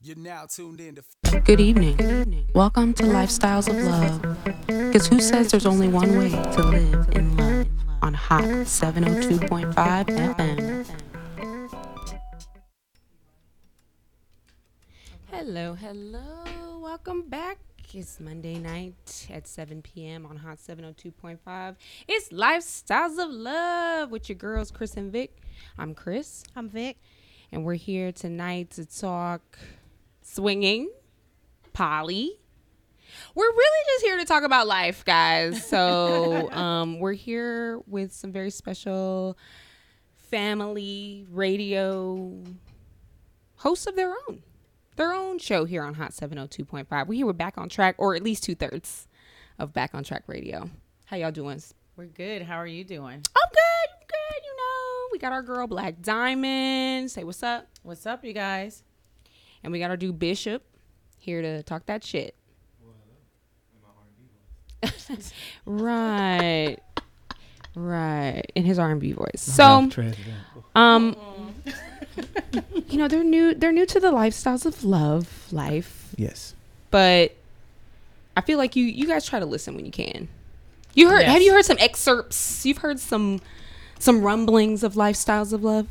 You're now tuned in to Good evening. Welcome to Lifestyles of Love. Because who says there's only one way to live in love on Hot 702.5 FM? Hello, hello. Welcome back. It's Monday night at 7 p.m. on Hot 702.5. It's Lifestyles of Love with your girls, Chris and Vic. I'm Chris. I'm Vic. And we're here tonight to talk swinging, poly. We're really just here to talk about life, guys. So um, we're here with some very special family radio hosts of their own, their own show here on Hot 702.5. We're here with Back on Track, or at least two thirds of Back on Track Radio. How y'all doing? We're good. How are you doing? I'm good. I'm good. You know, we got our girl Black Diamond. Say what's up. What's up, you guys? And we got our dude Bishop here to talk that shit. right. Right. In his R and B voice. So um you know, they're new they're new to the lifestyles of love, life, yes. but I feel like you you guys try to listen when you can. You heard have Yes. you heard some excerpts? You've heard some some rumblings of lifestyles of love?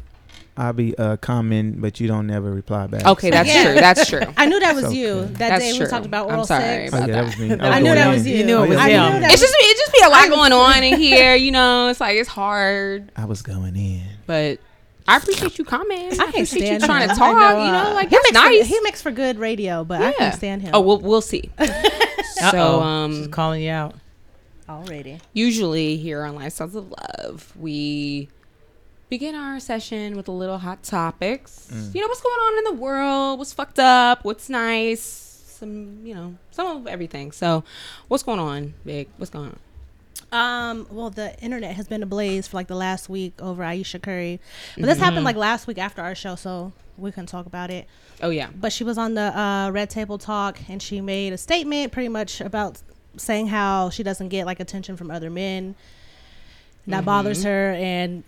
I'll be uh comment, but you don't never reply back. Okay, that's Yeah. true. That's true. I knew that was It's you okay. that That's day true. we talked about I'm oral sorry. sex. Oh, yeah, that was me. I, I knew going that in. was you. You knew it Oh, was yeah, him. I knew that- it's was- just it just be a lot I was- going on in here, you know. It's like it's hard, I was going in. but I appreciate you coming. I, can't appreciate you stand trying to him. talk. I know, you know, uh, like he that's makes for- nice. he makes for good radio, but I Yeah. can't stand him. Oh, we'll we'll see. so Uh-oh. um, She's calling you out. already. usually here on Lifestyles of Love, we begin our session with a little hot topics. You know, what's going on in the world, what's fucked up, what's nice, some, you know, some of everything. So, what's going on, Vic? What's going on? Um, well, the internet has been ablaze for like the last week over Aisha Curry, but Mm-hmm. this happened like last week after our show, so we can talk about it. Oh, yeah. but she was on the uh, Red Table Talk and she made a statement pretty much about saying how she doesn't get like attention from other men. That Mm-hmm. bothers her, and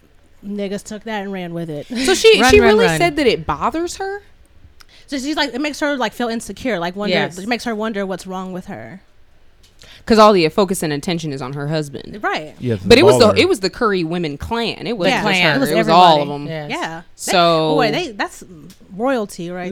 niggas took that and ran with it. So, she, Run, she run, really run. said that it bothers her? so she's like, it makes her like feel insecure, like wonder, Yes. it makes her wonder what's wrong with her. Because all the focus and attention is on her husband. Right. Yeah, But it was the baller. it was the Curry women clan. It was Yeah. just Clan. her. It It was, was all of everybody. them. Yes. Yeah. So- They- boy, they that's royalty right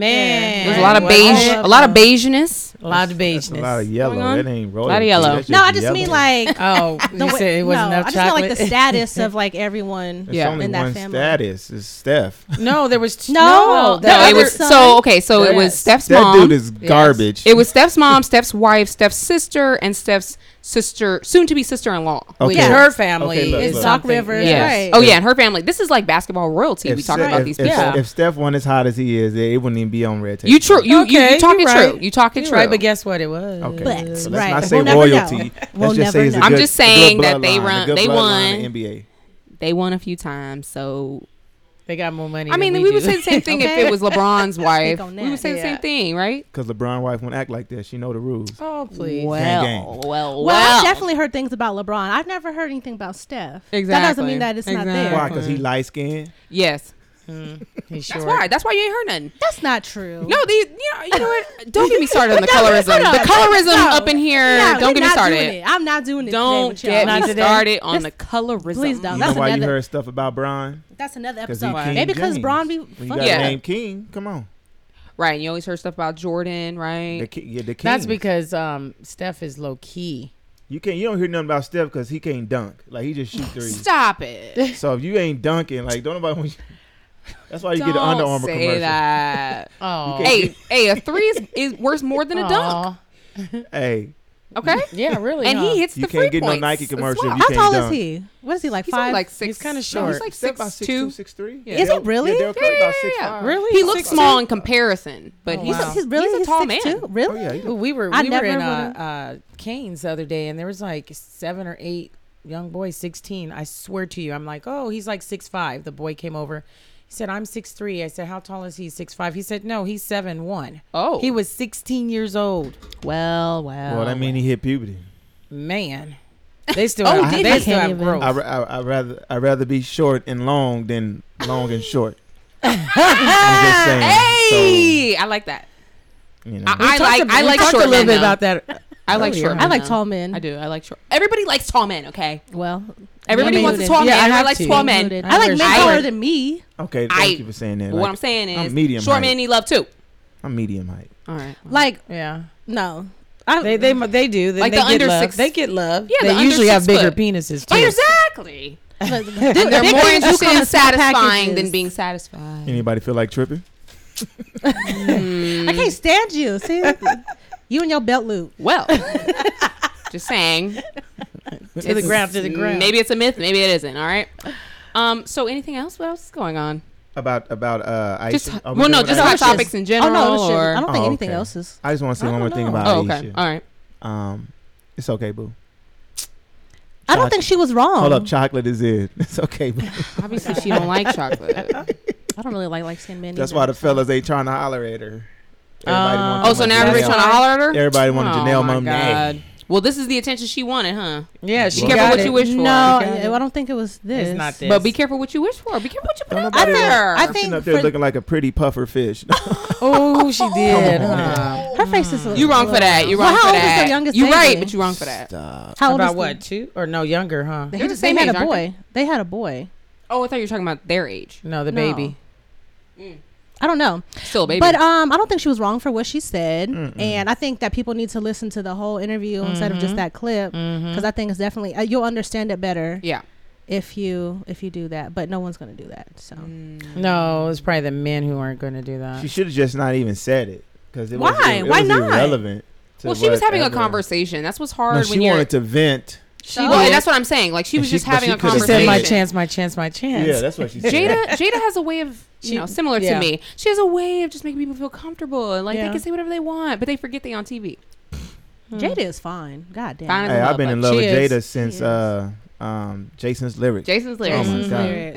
there. Man. There's a lot of Right. beige, All a lot of them. beigeness. A lot of That's a lot of beigeness. yellow. Going on? That ain't of royal. yellow. No, I just mean like Oh, the you way- said it no, wasn't I enough just feel chocolate. like the status of like everyone. There's Yeah. only in that one family. status. It's Steph. no, there was No, Oh, the Oh, No, the it other- was son- so okay. So it was Yes. Steph's that mom. dude is garbage. It was Steph's mom, Steph's wife, Steph's sister, and Steph's sister, soon to be sister in law. which Okay. her family. Okay, look, is look. Doc something. Rivers, Yeah. Yes. right. Oh yeah, and her family. This is like basketball royalty. we talk Steph- about if- these if, people. Yeah. If Steph won as hot as he is, it wouldn't even be on red tape. You true. You you, Okay, you talking you're true. right. You talking You're true. right, but guess what? It was. Okay. But, so let's right. not say We'll never know. royalty. We'll let's just say never it's a know. good, I'm just a good saying that they bloodline, run- a good they bloodline won. in NBA. they won a few times. So They got more money. I mean, than we, we, would do. say the same thing if Okay. it was LeBron's wife. on We would that. say the same Yeah. thing, right? Because LeBron wife won't act like that. She know the rules. oh, please. gang. Well, well, Well, well. I've definitely heard things about LeBron. I've never heard anything about Steph. That doesn't Exactly. mean that it's not Why? there. Exactly. Because he light skinned. yes, He sure. that's why. That's why you ain't heard nothing. That's not true. No, these, you know, you know what? Don't get me started on the No, no, colorism. no, the no, colorism no. up in here. No, don't we're get me not started. doing it. I'm not doing it. Don't today with get y'all. me Not today. started on the colorism. Please don't. You That's know why you another- heard stuff about Brian? That's another Because he episode. King Maybe because James. Brown be When you fucking- got Yeah. yeah. named King. Come on. Right. And you always heard stuff about Jordan, The right? ki- yeah, the king. That's because um, Steph is low key. you can't. You don't hear nothing about Steph because he can't dunk. Like he just shoot threes. Stop it. so if you ain't dunking, like don't nobody. Want you, that's why you don't get the Under Armour say commercial. that. Oh, You hey, hey, a three is, is worth more than a dunk. Aw. Hey, Okay. Yeah, really. And he huh? hits You the can't free get no points Nike as commercial well. if you How can't tall dunk. is he? What is he like He's only five? like six. He's kinda no, short. he's like Steph about six, six two. two, six three. Yeah. Is he really? Yeah, Daryl Curry Yeah, about yeah, six yeah. five. Really? He looks Six small in comparison, but Oh, he's, wow. a, He's really he's a he's tall man. six Two? Oh Really? yeah, he look- We were we I were never in uh, uh, Canes the other day, and there was like seven or eight young boys, sixteen. I swear to you, I'm like, oh, he's like six five. The boy came over. He said, I'm six three. I said, how tall is he? Six five. He said, no, he's seven one. Oh. he was sixteen years old. Well, well. Well, that mean he hit puberty. Man, they still Oh, have, did they he? still Can't have even. growth. I, ra- I, I rather I rather be short and long than long and short. I'm just saying. So- Hey, I like that. You know, I, I talked like ab- I we like talked short a men little bit now. about that. I like earlier. short. I men like now. tall men. I do. I like short. Everybody likes tall men. Okay. Well, Everybody women wants a included. tall Yeah, I man. I have like to. tall Included. men. I like men I- taller than me. okay, I- thank you for saying that. But what Like, I'm saying I'm is, medium short height. men need love too. I'm medium height. All right. Like Yeah, Mm-hmm. no, I, they they they do. They, Like they the get under love. six- They get love. Yeah, the they under usually have six bigger foot. penises Oh, too. exactly. But- And they're big more things do interested come in in small satisfying than packages. being satisfied. Mm. Anybody feel like tripping? I can't stand you. See, you and your belt loop. Well, just saying. To the ground, to the ground. Maybe it's a myth. Maybe it isn't. All right. Um. So anything else? What else is going on? About about uh, Aisha? Just Are we well, done no, with just Aisha? hot Aisha's- topics in general. oh no, it's just- or, I don't think Oh, anything okay. else is. I just want to say I one more don't thing know. about oh, okay. Aisha. All right. Um, it's okay, boo. I don't think she was Oh. wrong. Hold up, chocolate is it? It's okay, boo. Obviously, she don't like chocolate. I don't really like light skinned men. That's either, why the so. fellas ain't trying to holler at her. Um, wanted Oh, so my now everybody's Janelle. trying to holler Oh at her. Everybody wanted Janelle Monae. Well, this is the attention she wanted, huh? Yeah, she Be careful got what it. you wish for. No, You got I, it. I don't think it was this. It's not this. But be careful what you wish for. Be careful what you put Don't out nobody there. I think Sitting up there for- looking like a pretty puffer fish. Oh, she did. Come on, huh? her face is. a- you wrong for that. You Well, wrong how for old is that. the youngest you baby? right, but you wrong for that. How old About is what? Two or no younger, huh? The, They're they the had, same they had age, a aren't boy. They had a boy. Oh, I thought you were talking about their age. No, the No. baby. I don't know. Still, a Oh, baby. But um, I don't think she was wrong for what she said, and I think that people need to listen to the whole interview instead of Mm-hmm. just that clip, because I think it's definitely uh, you'll understand it better yeah. if you if you do that. But no one's gonna do that. So Mm. Mm. No, it's probably the men who aren't going to do she that. should have just not even said it because it was, Why? it, Why was not? irrelevant. to Well, she was having a whatever. conversation. That's what's No, hard she when you're. wanted to vent. She, well, and did. that's what I'm saying. Like she And was she- just but having she a could've she Oh, conversation. said, "My chance, my chance, my chance." Yeah, that's what she said. Jada, Jada has a way of you She- know similar yeah. to me. She has a way of just making people feel comfortable and like Yeah. they can say whatever they want, but they forget they on TV. Jada is fine. God damn. Fine. Hey, I've been in love She with is. Jada since is. uh, um, Jason's lyrics. Jason's Oh lyrics. Mm-hmm. my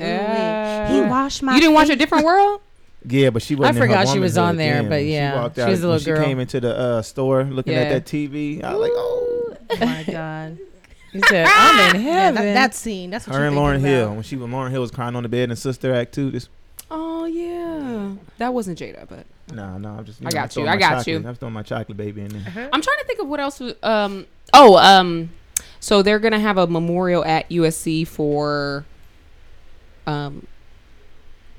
God. Yeah. He washed my. you didn't watch a feet. different world. Yeah, but she wasn't. in her forgot she was womanhood on there, then. but When yeah, she, walked she out, was a when little She girl. came into the uh, store looking at Yeah. that TV. I was like, oh, Oh my god. He said, "I'm in yeah, heaven." that, that scene. That's what her you're and Lauren thinking Hill. about. When she when Lauren Hill was crying on the bed in Sister Act two. This Oh yeah, that wasn't Jada, but no, no, I'm just. I know, got throwing you, I my got chocolate- you. I'm throwing my chocolate baby in there. I'm trying to think of what else. was- Um, oh, um, so they're gonna have a memorial at USC for. Um,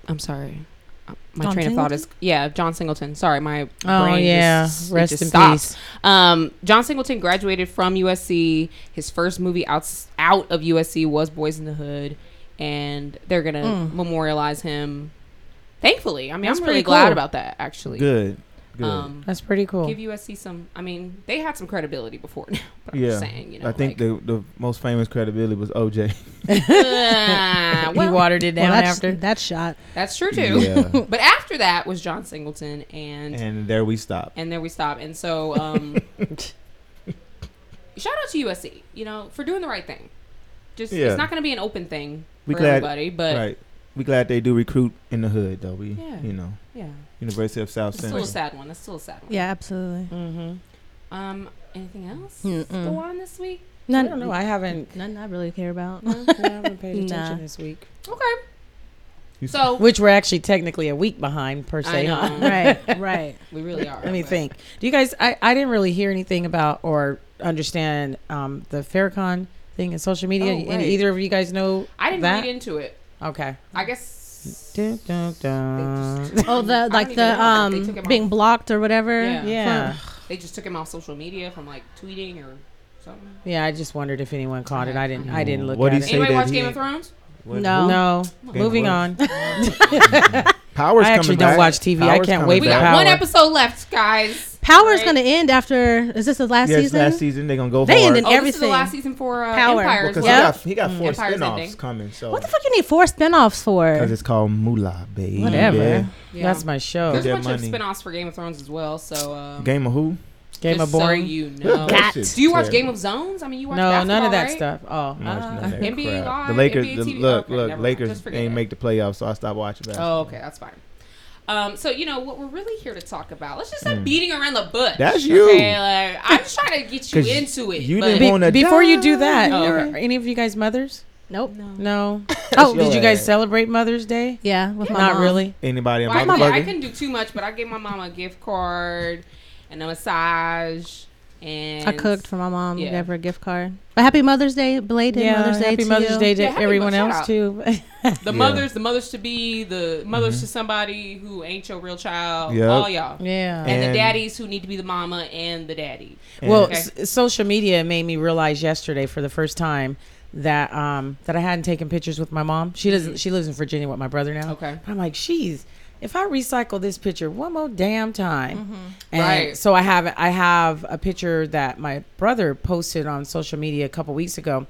I'm sorry, Uh, my John train of thought is yeah, John Singleton. Sorry, my oh brain yeah, just, it rest just in stops. peace. Um, John Singleton graduated from USC. His first movie out out of USC was Boys in the Hood, and they're gonna Mm. memorialize him. Thankfully, I mean, That's I'm really pretty glad cool. about that. Actually, Good, good. Um, That's pretty cool. give USC some. I mean, they had some credibility before now. But I'm yeah, just saying, you know, I think like, the the most famous credibility was OJ. Ah, he well, watered it down Well, that's, after. that shot. that's true too. Yeah. But after that was John Singleton, and and, and there we stop. there we stop. And so, um, shout out to USC, you know, for doing the right thing. Just Yeah. it's not going to be an open thing We for glad- everybody, but right. We glad they do recruit in the hood though. We Yeah. you know yeah, University of South it's still a Central. sad one. That's still a sad one. Yeah, absolutely. mm-hmm. Um, anything else Mm-mm. go on this week? I None. don't know. I haven't. None I really care about. I haven't paid Nah. attention this week. Okay. You- So Which we're actually technically a week behind per I se. Huh? know. right. Right. we really are. Let me but- think. Do you guys? I, I didn't really hear anything about or understand um, the Farrakhan thing in social media. Oh, right. And either of you guys know? I didn't that? read into it. Okay. I guess. Dun, dun, dun. Oh, I the don't like even know. the They took um him off. being blocked or whatever. Yeah. Yeah. They just took him off social media from like tweeting or something. Yeah, I just wondered if anyone caught it. I didn't. I didn't look What'd he at it. Say Anybody that watch he- Game of Thrones? What- No. No. Game Moving of on. Powers I actually coming don't back. watch TV. I Powers can't coming wait We for got Power. one episode left, guys. Power's Right. gonna end after. Is this the last Yes, season? last season they're gonna go They hard. ended- Oh, this is the Everything. last season for uh, Power. Empire. as because well. he Yep. got he got four Empire's spinoffs ending. coming. So What the fuck you need four spinoffs Because for? it's called Moolah, baby. Whatever. Yeah. That's my show. There's a that bunch of money. spin-offs for Game of Thrones as well. So um, Game of who? Game just of boring. So you know. That shit's Do you watch Game terrible. of Zones? I mean, you watch no, none of basketball, that right? stuff. Oh, No, it's none uh, of that NBA crap. Live, The Lakers, NBA the, TV look, okay, look, never mind. Lakers Just forget ain't it. make the playoffs, so I stopped watching basketball. Oh, okay, that's fine. Um, so you know what we're really here to talk about. Let's just stop beating around the bush. Mm. That's you. Okay, like, I'm just trying to get you 'Cause into it. you but- didn't Be- wanna before you do die. that, Oh, are- okay. are any of you guys mothers? Nope. No. Oh. Did you Yeah. guys celebrate Mother's Day? Yeah, with my Not mom. really. Anybody a Well, I, did- I motherfucker? couldn't do too much, but I gave my mom a gift card, and a massage. And I cooked for my mom. Yeah. Gave her a gift card. But happy Mother's Day, belated yeah, Mother's Day happy to Mother's you. Day to Yeah, happy everyone Mother's- else shout too. the Yeah. Mm-hmm. mothers, the mothers to be, the mothers to somebody who ain't your real child. Yep. All y'all. yeah. And, And- the daddies who need to be the mama and the daddy. Well, eh. Okay. s- social media made me realize yesterday for the first time that um that I hadn't taken pictures with my mom. She doesn't. She lives in Virginia with my brother now. Mm-hmm. Okay. I'm like, she's. If I recycle this picture one more damn time, and Right. so I have I have a picture that my brother posted on social media a couple weeks ago,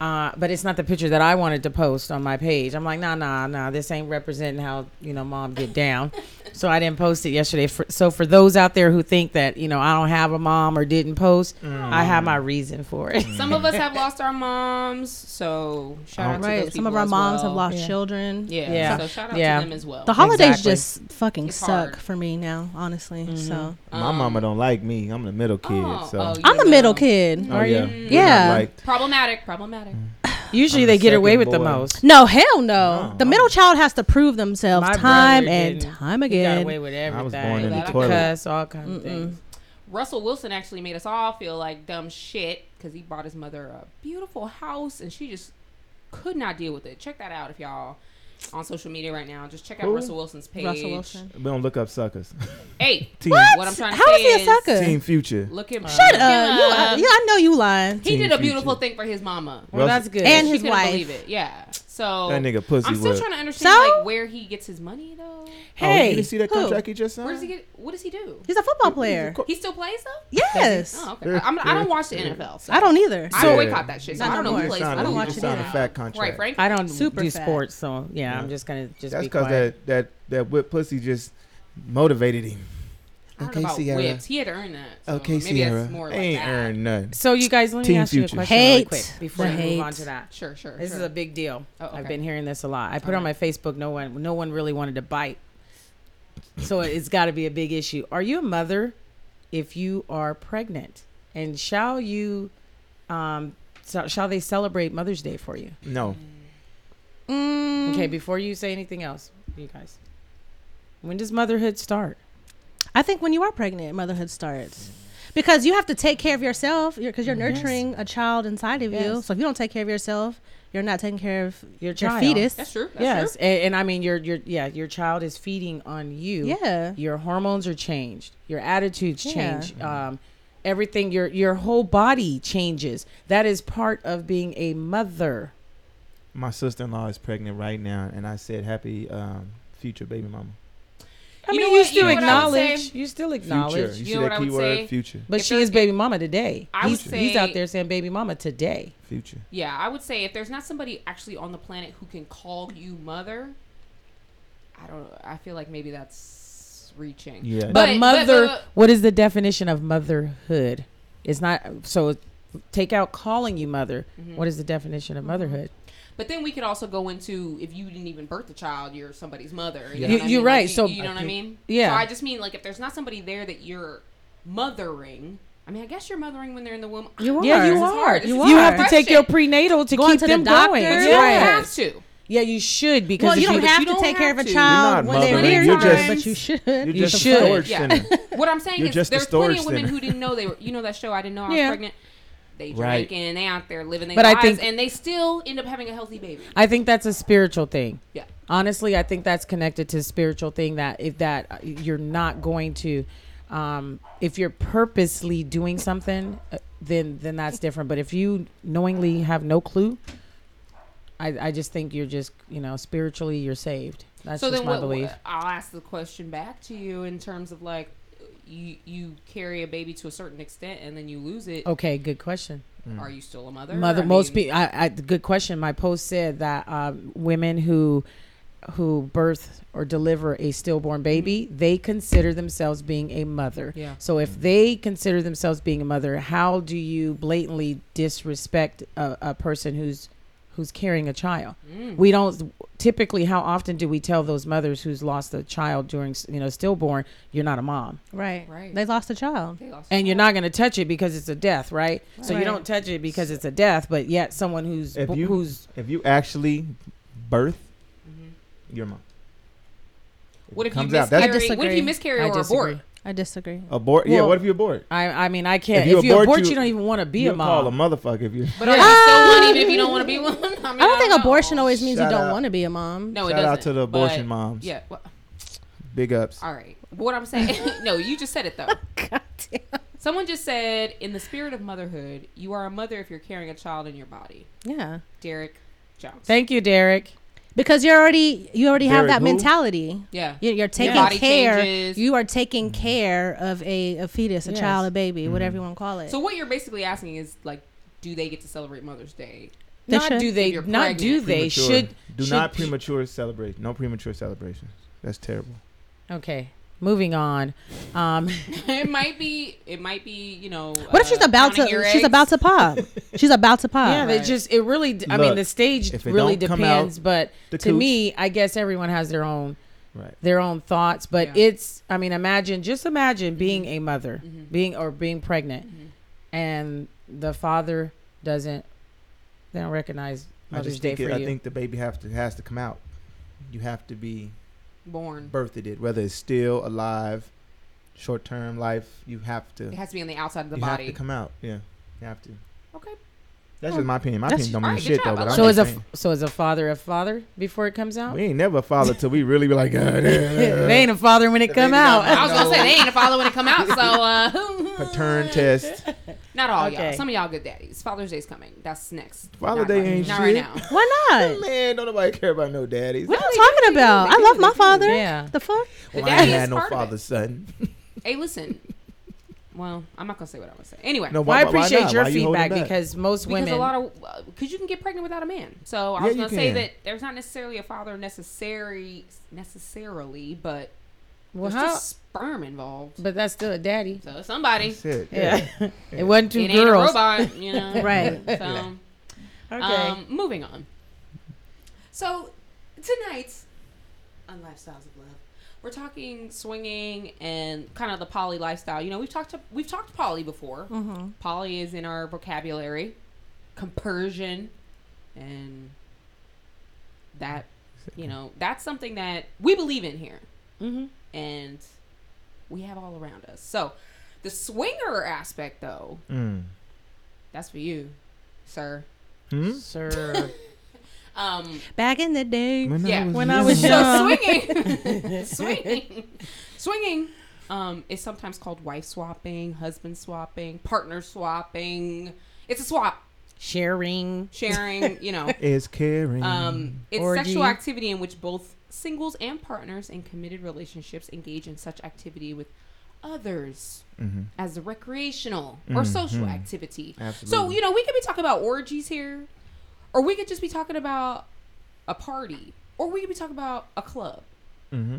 uh, but it's not the picture that I wanted to post on my page. I'm like, nah, nah, nah, this ain't representing how you know mom get down. so I didn't post it yesterday. For, so for those out there who think that you know I don't have a mom or didn't post, I Mm. have my reason for it. Some of us have Mm-hmm. lost our moms, so shout out to Right. those Some of people our as moms have well. lost Yeah. children. Yeah. Yeah. So shout out Yeah. to them as well. The holidays Exactly. just fucking It's suck hard. for me now, honestly. So My Um, mama don't like me. I'm the middle kid. oh, so. oh, I'm you a middle know. kid. Oh, yeah. Mm. We're not Yeah. liked. Problematic. Problematic. Mm. Usually I'm they the get away second with the boy. most. No, hell no. No. The middle child has to prove themselves My time brother and didn't. time He got again. away with everything. I was born in That I the could toilet. Cuss, all kind of things. Russell Wilson actually made us all feel like dumb shit because he bought his mother a beautiful house and she just could not deal with it. Check that out if y'all on social media right now. Just check out Who? Russell Wilson's page. Russell Wilson. We don't look up suckers. Hey, Team, what I'm trying to How say is he a sucker? Team Future. Look him. Shut look up. him You, I, yeah, I know you lying. he Team did a Future. beautiful thing for his mama. Russell- Well, that's good. And She his couldn't wife. Believe it. Yeah. So That nigga pussy I'm still whip. trying to understand So? like where he gets his money though. oh, you hey, didn't see that who? contract he just signed? Where does he Uh. get? What does he do? He's a football player. He still plays though. Yes. Oh, okay. I- I'm, I don't watch the NFL. So I don't either. I So- boycott that shit. So Not I don't know no who more. plays. Signed I a- don't he watch just it. signed a either. fat contract. Right, Frank. I don't Super do fat. sports, so yeah, Yeah. I'm just gonna just That's be because quiet. that, that, that whip pussy just motivated him. I don't Okay, know about Sierra. whips. He had to earn that. So Okay, maybe Sierra. That's more like ain't that. earned nothing. So you guys, let me Team ask you a Future. question really Hate. quick before The we move on hate. to that. Sure, sure. This sure. is a big deal. Oh, okay. I've been hearing this a lot. I put All on my Facebook. No one, no one really wanted to bite. So it's got to be a big issue. Are you a mother if you are pregnant, and shall you, um, so, shall they celebrate Mother's Day for you? No. Mm-hmm. Mm, Okay, before you say anything else, you guys, when does motherhood start? I think when you are pregnant, motherhood starts. Because you have to take care of yourself because you're, Yes. nurturing a child inside of you. Yes. So if you don't take care of yourself, you're not taking care of Your your child. fetus. That's true. That's yes, a- And, I mean your your yeah your child is feeding on you. Yeah. your hormones are changed, your attitudes Yeah. change, um, everything your your whole body changes. That is part of being a mother. My sister in law is pregnant right now, and I said, Happy um, future baby mama. I You know mean, what- you you still know what I would acknowledge, say? you still Future. acknowledge, You You see know what I that would say? keyword? Future. but If she there's- is baby mama today. I would he's, he's say- out there saying baby mama today. Future. Yeah, I would say if there's not somebody actually on the planet who can call you mother, I don't. I feel like maybe that's reaching. Yeah. But, But- but- mother, but- what is the definition of motherhood? It's not so. Take out calling you mother. What is the definition of motherhood? But then we could also go into if you didn't even birth the child, you're somebody's mother. You Yeah. know You- what I you're mean? right, Like, you- so- you, know what I mean? Yeah. So I just mean like if there's not somebody there that you're mothering. I mean, I guess you're mothering when they're in the womb. I You don't are. know. Yeah, This you is are. hard. This You, is a have to hard take your question. prenatal to Going keep to the them doctor. going. But That's you don't right. have to. Yeah, you should because Well, if you don't you- have you to don't take care have of a to. child You're when not they're mothering. reared, You're just- but you should. You're You just should. a storage Yeah. center. What I'm saying You're is just a there's plenty of storage women center. who didn't know they were. You know that show? I didn't know I was Yeah. pregnant. They Right. Jamaican, they out there living their But I lives, think- and they still end up having a healthy baby. I think that's a spiritual thing. Yeah. Honestly, I think that's connected to a spiritual thing that if that uh, you're not going to, um, if you're purposely doing something, uh, then then that's different. But if you knowingly have no clue, I, I just think you're just you know spiritually you're saved. That's so just then, my what, belief. I'll ask the question back to you in terms of like, you you carry a baby to a certain extent, and then you lose it. Okay, good question. Are you still a mother? Oh. mother I most mean, people I, I good question my post said that um, women who who birth or deliver a stillborn baby they consider themselves being a mother Yeah. so if they consider themselves being a mother how do you blatantly disrespect a, a person who's who's carrying a child Mm. Mm. we don't typically how often do we tell those mothers who's lost a child during you know stillborn you're not a mom Right. Right. They lost a child. They lost and you're not going to touch it because it's a death, right? So you Right. don't touch it because it's a death, but yet someone who's If b- you- who's If you actually birth your mom. What if you comes out, that's- miscarry? Mm-hmm. What if disagree. you miscarry I or disagree. abort? I disagree. Abort? yeah. Well, What if you abort? I, I mean, I can't. If you If you abort, abort, you, you- don't even want to be you a call a mom. motherfucker if you. But are you Ah! still one even if you don't want to be one? I, mean, I don't think know. abortion always means Shout you don't out. want to be a mom. No, it Shout doesn't. out to the abortion but- moms. Yeah. Well, Big ups. all right. But what I'm saying, no, you just said it Oh, though. Someone just said, in the spirit of motherhood, you are a mother if you're carrying a child in your body. Yeah, Derek Jones. Thank you, Derek. because you're already you already have Derek that who? mentality. yeah. You- You're taking Body care. changes. You are taking care of a, a fetus, a Yes. child, a baby, whatever you want to call it. So what you're basically asking is like, do they get to celebrate Mother's Day? They not should. do they? If you're Not do pregnant. they? Premature. Should do should- not premature celebrate. No premature celebrations. That's terrible. Okay, moving on. Um, it might be. It might be. You know. uh, what if she's about to? She's about to pop. she's about to pop. yeah, they Right. just it really. d- I Look, mean, the stage if it really don't come out, depends, but the to cooch. me, I guess everyone has their own Right. their own thoughts. But Yeah. it's. I mean, imagine just imagine being a mother, Mm-hmm. being or being pregnant, and the father doesn't. They don't recognize I Mother's just Day think for it, you. I think the baby have to has to come out. You have to be born. birthed it, whether it's still alive, short term life. You have to. It has to be on the outside of the you body. have to come out. Yeah, you have to. okay. That's just my opinion. My That's- opinion don't mean alright, good shit job. though. I But like I'm so just as a saying. f- so as a father, a father before it comes out. we ain't never a father till we really be like, uh, God, they ain't a father when it They come do out. not I was gonna say they ain't a follow when it come out. So uh, patern test. Not all y'all. Okay. Some of y'all good daddies. Father's Day's coming. That's next. Father's Not Day right- ain't not shit. right now. Why not? Man, don't nobody care about no daddies. What are they you do, they do, talking about? they I do, love they my do. father. Yeah. The fuck? The Well, I daddy ain't is had no part of it. father, son. Hey, listen. Well, I'm not gonna say what I was saying. Anyway, No, Well, why, I why- why appreciate not? your Why you holding feedback back? because most because women a lot of because you can get pregnant without a man. So I Yeah, was you gonna say can. that there's not necessarily a father necessary necessarily, but well, there's how, just sperm involved. but that's still a daddy. So somebody. Shit, Yeah, it wasn't two it ain't a girls. robot, you know. Right. So, Okay, um, moving on. So tonight on Lifestyles of Love, we're talking swinging and kind of the poly lifestyle. You know, we've talked to, we've talked poly before. Poly is in our vocabulary, compersion, and that you know that's something that we believe in here mm-hmm. and we have all around us. So the swinger aspect though, Mm. that's for you, sir. Hmm? sir. Um Back in the day. When Yeah. When I was so young. swinging. swinging. Swinging um is sometimes called wife swapping, husband swapping, partner swapping. It's a swap, Sharing. sharing, you know. is caring. Um, it's Orgy. sexual activity in which both singles and partners in committed relationships engage in such activity with others hmm as a recreational or social Mhm. activity. Absolutely. So, you know, we could be talking about orgies here, or we could just be talking about a party, or we could be talking about a club, hmm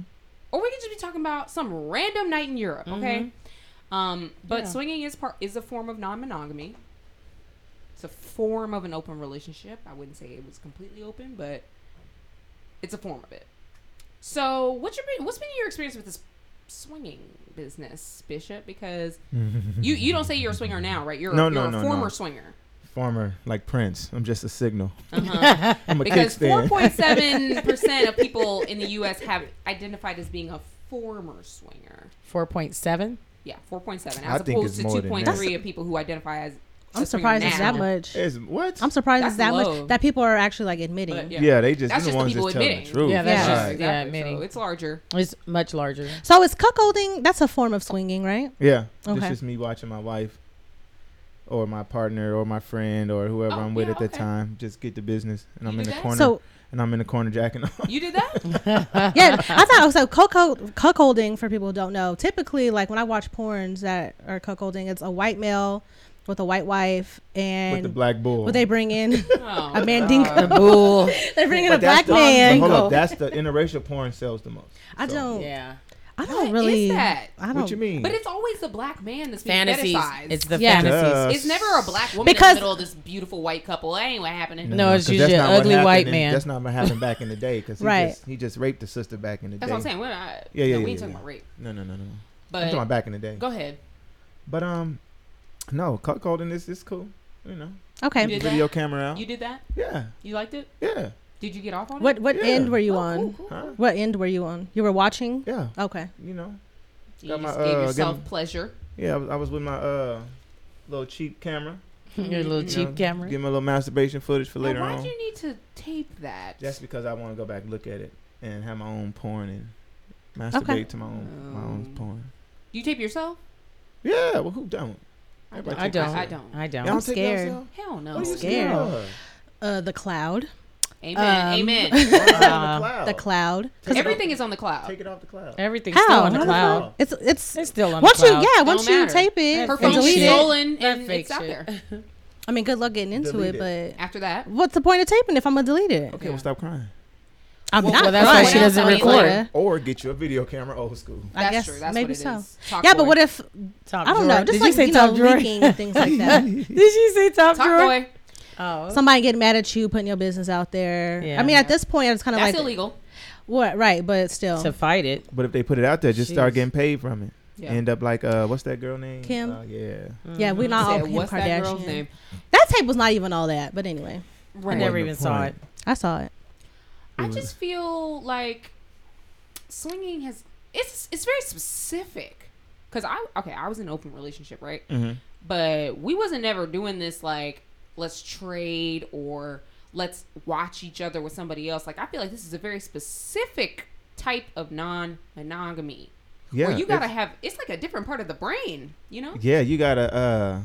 or we could just be talking about some random night in Europe, Mm-hmm. okay? Um, but Yeah. swinging is part is a form of non-monogamy. It's a form of an open relationship. I wouldn't say it was completely open, but it's a form of it. So, what's your been, what's been your experience with this swinging business, Bishop? Because you you don't say you're a swinger now, right? You're, No, a, no, you're no, a no. former swinger. Former, like Prince. I'm just a signal. Uh-huh. I'm a because kickstand. 4.7% of people in the U.S. have identified as being a former swinger. Four point seven. Yeah, 4.7 as I think opposed it's to more than that. 2.3 of people who identify as I'm a swinger surprised it's now. that much. It's, what? I'm surprised That's it's that low. much that people are actually like admitting. But, yeah. they just That's just they're the the ones people that's telling admitting. the truth. Yeah, that's Yeah. just- Right. yeah, Exactly. So admitting. it's larger. It's much larger. So is cuckolding that's a form of swinging, right? yeah. It's Okay. just me watching my wife or my partner or my friend or whoever Oh, I'm with yeah, at the okay. time. Just get the business, and I'm You in do the that? corner, So and I'm in the corner jacking off. You did that? yeah, I thought so. Cuckold, cuckolding for people who don't know. Typically, like when I watch porns that are cuckolding, it's a white male with a white wife, with the and black bull. what they bring in, Oh, A man dink- God. Bull. they bring in a But that's black the- man. but hold up, that's the interracial porn sells the most. I So- don't. yeah. I What don't is really. that? I don't. What you mean? But it's always the black man that's being Fantasies. fetishized. It's the Yeah. fantasies. Duh. It's never a black woman in Because- the middle of this beautiful white couple. That ain't what happening. No, it's 'cause usually that's an not what ugly happened white in- man. That's not what happened back in the day because he, Right. just, he just raped the sister back in the That's day. what I'm saying. We're not, Yeah, yeah, no, we yeah, ain't talking yeah. about rape. No, no, no, no. no. I'm talking But about back in the day. go ahead. But um, no, cuckolding this is cool. You know, You Okay. did video that? camera out. You did that? yeah, You liked it? yeah, Did you get off on it? What what Yeah. end were you Oh, on? cool, cool, huh? cool. What end were you on? You were watching. yeah. Okay. You know, You Got my, just gave uh, yourself give- pleasure. Yeah, I was, I was with my uh little cheap camera. Your little you cheap know, camera. Give me a little masturbation footage for Now, later why'd on. you need to tape that? That's because I want to go back and look at it and have my own porn and masturbate to my own my own Um, porn. you tape yourself? Yeah, well, who don't? Everybody I take don't. yourself. I don't. I don't. Y'all I'm take scared. yourself? Hell no. What are you scared. of? Uh, the cloud. Amen. Um, amen. Why is it on Uh, Oh. The cloud. 'Cause- Take it Everything is on the off- cloud. Take it off the cloud. Everything's How? still on the How the cloud. fuck? It's it's It's still on once the cloud. you yeah once Don't you matter. tape it Her Her and phone phone's delete it. stolen That and fake it's out shit. there. I mean, good luck getting into Delete it, but After that, what's the point of taping if I'm gonna delete it? Okay, well, stop crying. I'm Well, not. well, that's why crying. she doesn't I'll tell you record. later. Or get you a video camera, old school. I that's guess true. That's maybe what it so. is. Talk yeah, but boy. what if Top I don't know? drawer. Just Did like you say you know, top drawer? leaking and things like that. Did she say top, Talk drawer? boy. Oh, Somebody getting mad at you, putting your business out there. Yeah. I mean, at this point, it's kind of That's like illegal. what, right? But still, to fight it. But if they put it out there, just start Jeez. getting paid from it. Yeah. End up like uh, what's that girl name? Kim. Uh, yeah. yeah, Mm. we're not all Said, Kim What's that girl's Kardashian. name? That tape was not even all that. But anyway, I Right. never Wasn't even the saw it. point. I saw it. I Mhm. just feel like swinging has it's it's very specific. Cause I okay, I was in an open relationship, right? Mm-hmm. But we wasn't ever doing this like let's trade or let's watch each other with somebody else. Like I feel like this is a very specific type of non monogamy. Yeah. where you gotta it's- have it's like a different part of the brain, you know? yeah, you gotta. Uh,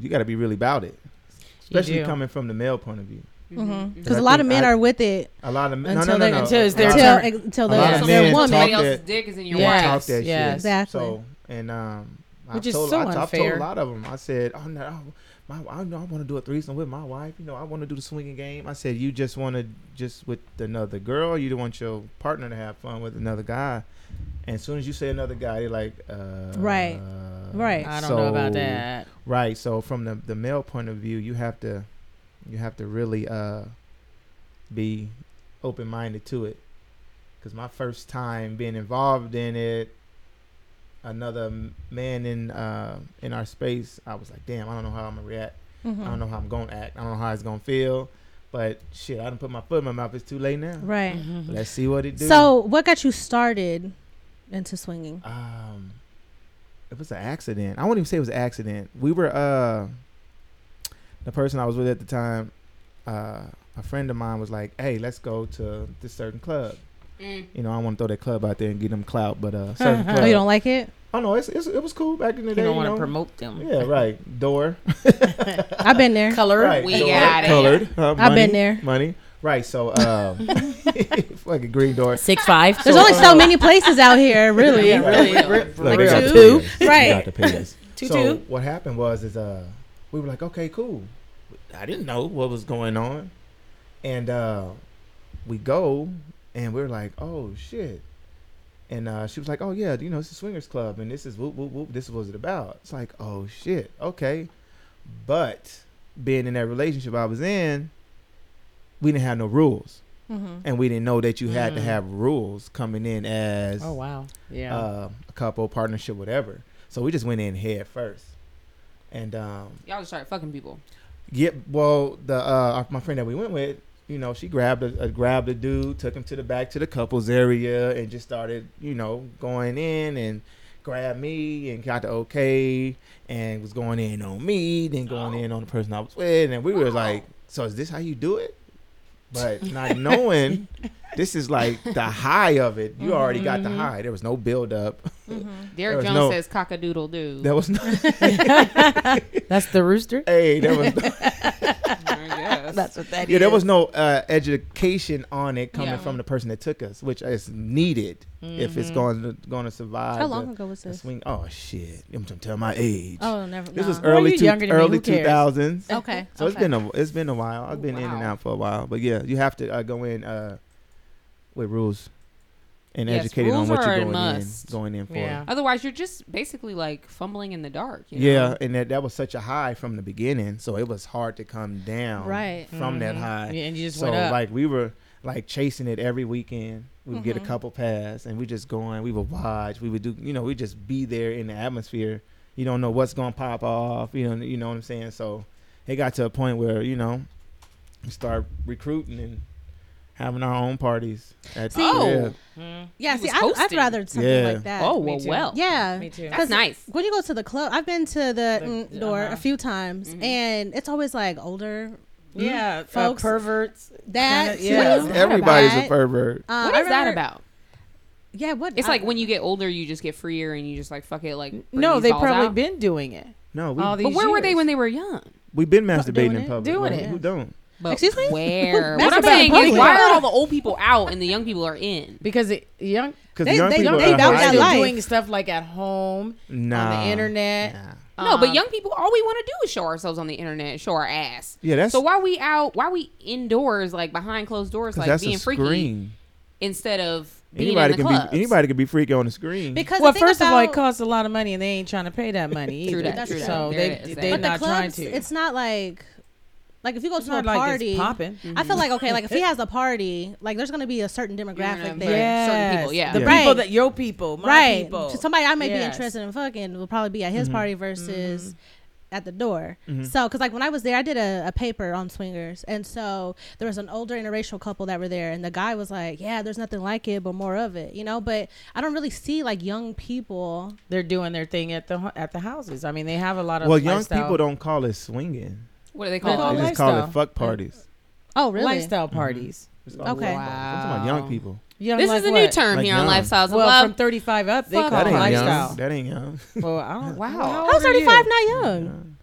you gotta be really about it, You especially do. coming from the male point of view. Because I Mm-hmm. a lot of think men I- are with it A lot of men. No, no, Until no, they- no. until it's their Uh, turn. until until A lot they're, of they're men woman. talk Somebody else's that- dick is in your Yeah. wife. Talk that shit. yes. Exactly. So and um, Which I is told, so I, I've told unfair. a lot of them. I said, oh no, I, my, I know I want to do a threesome with my wife. You know, I want to do the swinging game. I said, you just want to just with another girl. You don't want your partner to have fun with another guy. And as soon as you say another guy, they're like, uh, Right. Right. I don't know about so- that. Right. So from the the male point of view, you have to you have to really uh be open minded to it. Cuz my first time being involved in it another m- man in uh in our space, I was like, "Damn, I don't know how I'm going to react. Mm-hmm. I Hmm. don't know how I'm going to act. I don't know how it's going to feel." But shit, I didn't put my foot in my mouth. It's too late now. Right. Let's see what it do. So, what got you started into swinging? um it was an accident i wouldn't even say it was an accident we were uh the person i was with at the time uh a friend of mine was like hey let's go to this certain club Mm. you know i want to throw that club out there and get them clout but uh certain Oh, club Oh, you don't like it? oh no it's, it's, it was cool back in the You day don't want you to know? promote them. yeah right door I've been there. Color. right We door, got it. colored uh, I've been money, there. money right so uh fucking green door Six five. There's only uh, so uh, many places out here, really. Yeah, really, right. re- for Look, they real. got the Two. payers. They Right. got the payers. Two, so two. what happened was is uh we were like, okay, cool. I didn't know what was going on, and uh we go and we are like, oh shit. And uh, she was like, "Oh yeah, you know, it's a swingers club, and this is whoop whoop whoop. This is what it's about." It's like, "Oh shit, okay." But being in that relationship I was in, we didn't have no rules, Mhm. and we didn't know that you had to Mm. have rules coming in as Oh wow. Yeah. uh, a couple partnership, whatever. So we just went in head first, and um, Y'all just started fucking people. yeah. Well, the uh, our- my friend that we went with, you know, she grabbed a, uh grabbed a dude, took him to the back to the couples area, and just started, you know, going in and grabbed me and got the okay, and was going in on me, then going Oh. in on the person I was with, and we were Wow. like, so is this how you do it? But not knowing. This is like the high of it. You already got the Mm-hmm. Mhm. high. There was no build up. Mm-hmm. There Derek was Jones no- says cock a doodle doo. There was no That's the rooster. Hey, there was no, That's what that yeah, there was no uh, education on it coming Yeah. from the person that took us, which is needed if it's going to going to survive. How the- long ago was the this? swing. Oh shit, I'm trying to tell my age. Oh, never. this was nah. Well, early you two, younger than me, early who cares? two thousands. Okay. So it's Oh, okay. been a it's been a while. I've Oh, been in and wow. out for a while, but yeah, you have to uh, go in uh, with rules and Yes, educated on rules what are a you're going in, must. going in for. Yeah. Otherwise, you're just basically like fumbling in the dark. You Yeah, know? and that, that was such a high from the beginning, so it was hard to come down Right. from that Mhm. high. Yeah, and you just so went up. like we were like chasing it every weekend. We would get a Mm-hmm. couple pass, and we just going. We would watch. We would do. You know, we just be there in the atmosphere. You don't know what's gonna pop off. You know. You know what I'm saying. So it got to a point where you know, you start recruiting and having our own parties at the See- Oh. crib. Mm-hmm. Yeah, He see, was I, I'd hosting. rather something Yeah. like that. Oh, Me well, too. well. yeah. Me too. That's nice. When you go to the club, I've been to the, Mm-hmm. mm, door uh-huh. a few times, and it's always like older. Hmm? Yeah, uh, Folks. perverts. That Kinda- yeah. too. What Everybody's a But, pervert. uh, what I is that remember- about? Yeah, what? It's I- like when you get older, you just get freer and you just like fuck it. Like No, Britney's they've balls probably out. been doing it. No, we All these But where were they years. when they were young? we've been masturbating doing in it, public. doing Who- it. Who don't? But Excuse me? Where? That's what I'm about saying is, public. why are all the old people out and the young people are in? Because it, young Because They- young they people don't- are Mm. they people don't are got still hiding. life. doing stuff like at home nah, on the internet. Nah. no, but Um, young people, all we want to do is show ourselves on the internet, and show our ass. Yeah, that's So why we out? Why we indoors, like behind closed doors, 'cause like that's being a freaky screen. instead of being Anybody in the can clubs? be anybody can be freaky on the screen. because Well, the thing first of all, it about- costs a lot of money, and they ain't trying to pay that money True either. that, true so that. There it they is, they there. are but not the trying clubs, to. it's not like like if you go It's to a not like party. it's popping. Mm-hmm. Mm-hmm. I feel like okay, like if he has a party, like there's gonna be a certain demographic gonna there. bring- certain people, Yes, yeah. the Yeah. people Right. that your people, my right. people. So somebody I may be Yes. interested in fucking will probably be at Mm-hmm. his party versus Mm-hmm. at the door. So, because like when I was there, I did a, a paper on swingers, and so there was an older interracial couple that were there, and the guy was like, "Yeah, there's nothing like it, but more of it," you know. But I don't really see like young people. They're doing their thing at the hu- at the houses. I mean, they have a lot of well, young lifestyle- people don't call it swinging. What do they They They call call it it? just call it lifestyle. fuck parties. Oh, really? lifestyle parties. It's all Okay. fuck parties. I'm talking about young people. Young Mm-hmm. This like is a new what? term Like here on young. Lifestyles of Well, Love. from 35 up, they Fuck call That it ain't lifestyle. young. That ain't young. Well, I don't, Wow. well, how How's old are you? 35 not young?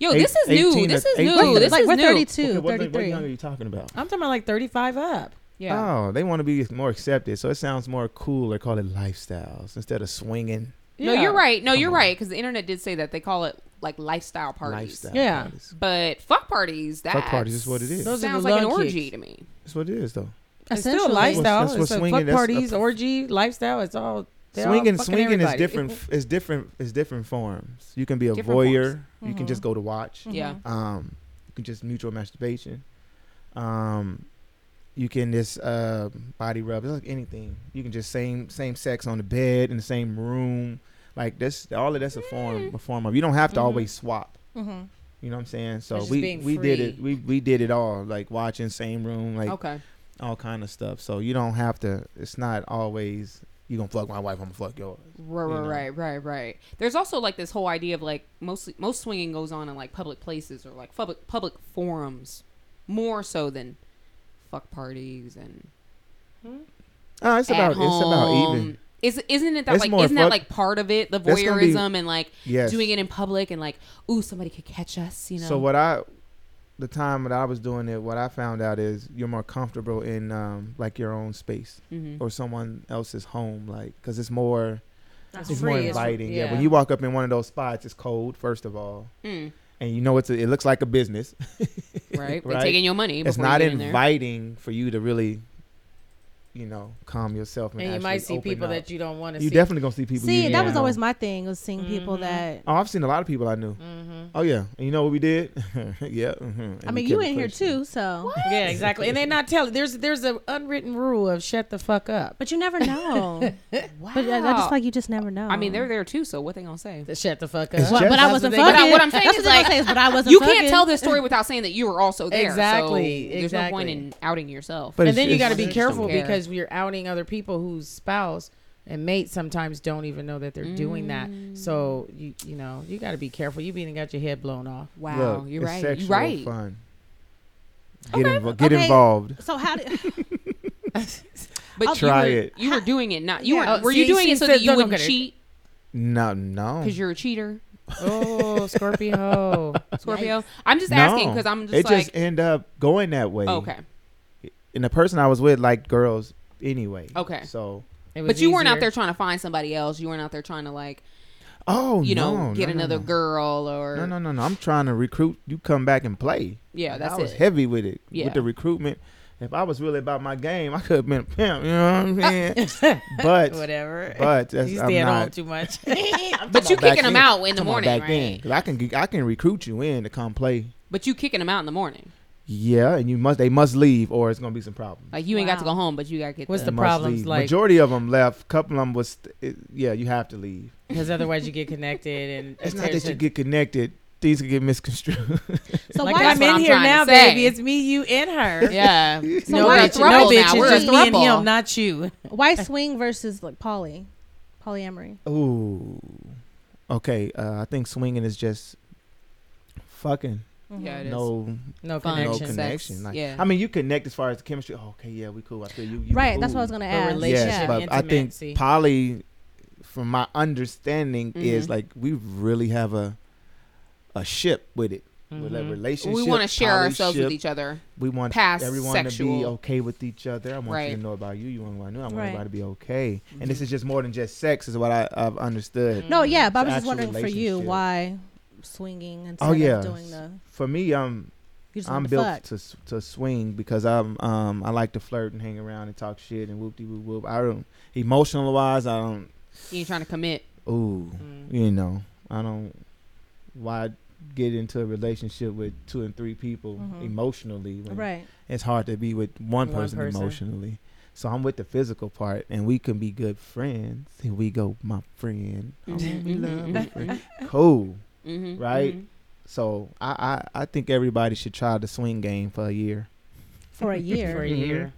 Yo, this is Eight- new. 18 This to- is 18 new. to- This like is we're new. 32, Okay, what, 33. what young are you talking about? I'm talking about like 35 up. Yeah. Oh, they want to be more accepted, so it sounds more cool. They call it lifestyles instead of swinging. No, Yeah. you're right. No, you're on. right. Because the internet did say that they call it like lifestyle parties. Lifestyle Yeah. parties. But fuck parties. That Fuck parties is what it is. Those are sounds the like an lung orgy kicks. to me. That's what it is, though. It's still Essentially. a lifestyle. That's what it's a swinging- fuck that's a- parties, orgy, lifestyle. It's all they're all swinging, fucking swinging everybody. is different. Is different. Is different forms. You can be a Different voyeur. forms. You can Mhm. just go to watch. Yeah. Um, you can just mutual masturbation. Um, you can just uh, body rub. It's like anything. You can just same same sex on the bed in the same room. Like that's all of that's a form a form of. You don't have to always swap. Mm-hmm. You know what I'm saying? So It's just we being we did it. We free. we did it all. Like watching same room. Like Okay. all kind of stuff. So you don't have to. It's not always you gonna fuck my wife. I'm gonna fuck yours. Right, you know. right, right, right, right. There's also like this whole idea of like mostly most swinging goes on in like public places or like public public forums, more so than fuck parties and Oh, it's about at home. it's about even. Is isn't it that It's like more isn't that fuck- like part of it the That's gonna be- voyeurism and like Yes. doing it in public and like ooh somebody could catch us you know So what I, the time that I was doing it, what I found out is you're more comfortable in um like your own space Mhm. or someone else's home, like because it's more That's it's more free, it's- inviting. Yeah. When yeah. you walk up in one of those spots, it's cold first of all, Mm, and you know it's a, it looks like a business. right they're Right. taking your money It's before you not get in there. inviting for you to really, you know, calm yourself. And, And you might actually see open people up. that you don't want to see. You definitely gonna see people. See, you that didn't was know. always my thing was seeing Mm-hmm. people that. Oh, I've seen a lot of people I knew. Mhm. Oh yeah, and you know what we did? yeah. mhm. And I we mean, you kept in here pushing. too, so. Yeah, exactly. And they're not telling. There's there's an unwritten rule of shut the fuck up. But you never know. wow. But I, I just like you just never know. I mean um, they're there too so what they gonna say The Shut the fuck It's up. What? But just- I That's wasn't what they- fucking. But I- what I'm saying That's is, what they're like, gonna say is, but I wasn't. you can't fucking. tell this story without saying that you were also there. Exactly, So there's no point exactly. in outing yourself. But and then you it's- got to be it's- careful care. because you're outing other people whose spouse and mate sometimes don't even know that they're doing that. So you you know you got to be careful. You've even got your head blown off. wow, Look, you're it's right. You're sexual right. Fun. Get, invo- get okay. involved. So how did? But you I'll try were, it. You were doing it, not you Yeah. were. Oh, Were see, you doing she it so said that you don't wouldn't get it. cheat? No, no. Because you're a cheater, Oh, Scorpio. Scorpio. I'm just asking No. because I'm just it like, just end up going that way. okay, And the person I was with like girls anyway. Okay. So It was but you weren't out easier. there trying to find somebody else. You weren't out there trying to like, oh you no, know, no, get no, another no. girl or No, no, no, no. I'm trying to recruit. You come back and play. yeah, And that's I was it. heavy with it Yeah. with the recruitment. If I was really about my game, I could have been a pimp. You know what I'm Uh, saying? but Whatever. but that's, you I'm stay at home not. too much. But you about back kicking them then. out in the Come on, morning, back then, right? 'cause I can g- I can recruit you in to come play. But you kicking them out in the morning. Yeah, and you must they must leave or it's gonna be some problems. Like you ain't got to Wow. go home, but you got to get. What's They the must problems leave. like- Majority of them left. Couple of them was st- it- yeah. You have to leave. Because otherwise you get connected and It's not that you get connected. things could get misconstrued. So like why that's I'm what in I'm here trying to now, say. baby. It's me, you, and her. Yeah. So No we're a bitch, no throuple now. bitch. We're a It's just me and throuple. him, not you. why swing versus like poly, polyamory? Ooh. Okay. Uh, I think swinging is just fucking Mm-hmm. Yeah, it is. no No Fun. no connection. Sex, connection. Like, yeah. I mean, you connect as far as the chemistry. Oh, okay, yeah, we cool. I feel you. you Right, that's what I was cool. gonna But ask. relationship Yes, Yeah. but I think intimacy. poly, from my understanding, is Mhm. like we really have a a ship with it. With a Mhm. relationship, Mm-hmm. We want to share poly ourselves ship. with each other. We want past everyone to sexual. be okay with each other. I want you Right. Mm-hmm. to know about you. You want to know about me. I want Right. everybody to be okay. And this is just more than just sex, is what I, I've understood. No, yeah, but I was It's just actual wondering for you relationship. why swinging instead Oh yeah. of doing the For me, um, you just I'm want to built fuck. to s- to swing because I'm um I like to flirt and hang around and talk shit and whoop de whoop whoop. I don't emotional wise. I don't. You ain't trying to commit. Ooh, Mm. you know, I don't. Why get into a relationship with two and three people Mm-hmm. Mhm. emotionally? When Right. It's hard to be with one One person, person. emotionally. So I'm with the physical part, and we can be good friends. Here we go, my friend. Oh, we Mhm, love mhm, my mhm, friend. Uh-huh. Cool. mhm, Right? mhm. So I, I I think everybody should try the swing game for a year. For a year. For a Mhm. year.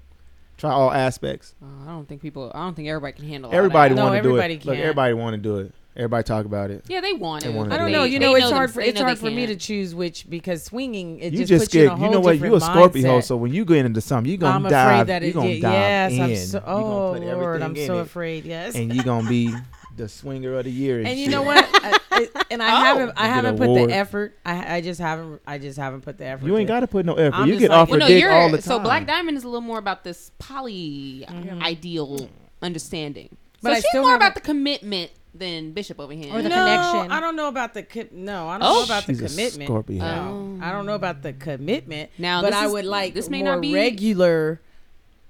Try all aspects. Oh, I don't think people. I don't think everybody can handle. all Everybody that. Oh, No, want to do everybody it. Look, can't. everybody want to do it. Everybody talk about it. Yeah, they want They it. want but I don't They- know. You they know, it's hard them- for they it's know hard they for me to can't. choose which because swinging it you just, just, puts you in scared. a You, whole know what? You different a Scorpio, mindset. so when you get into something, you gonna I'm dive. afraid that you it gonna yeah, dive yes, in. I'm so you oh gonna put lord, everything I'm in so it, afraid. Yes, and you gonna be the swinger of the year. And, and you shit. know what? I, I- and I Oh. haven't I You get haven't an put award. the effort. I I just haven't I just haven't put the effort. You ain't in. got to put no effort. I'm you just get like- offered Well, no, dick you're all the time. so Black Diamond is a little more about this poly ideal Mm-hmm. understanding. Mm-hmm. But so I she's still more about haven't- the commitment than Bishop over here. Or the no, connection. I don't know about the co- no. I don't Oh. know about She's the a commitment. Scorpio. No, I don't know about the commitment. Now, Now, but this I is- would like this this may more not be- regular,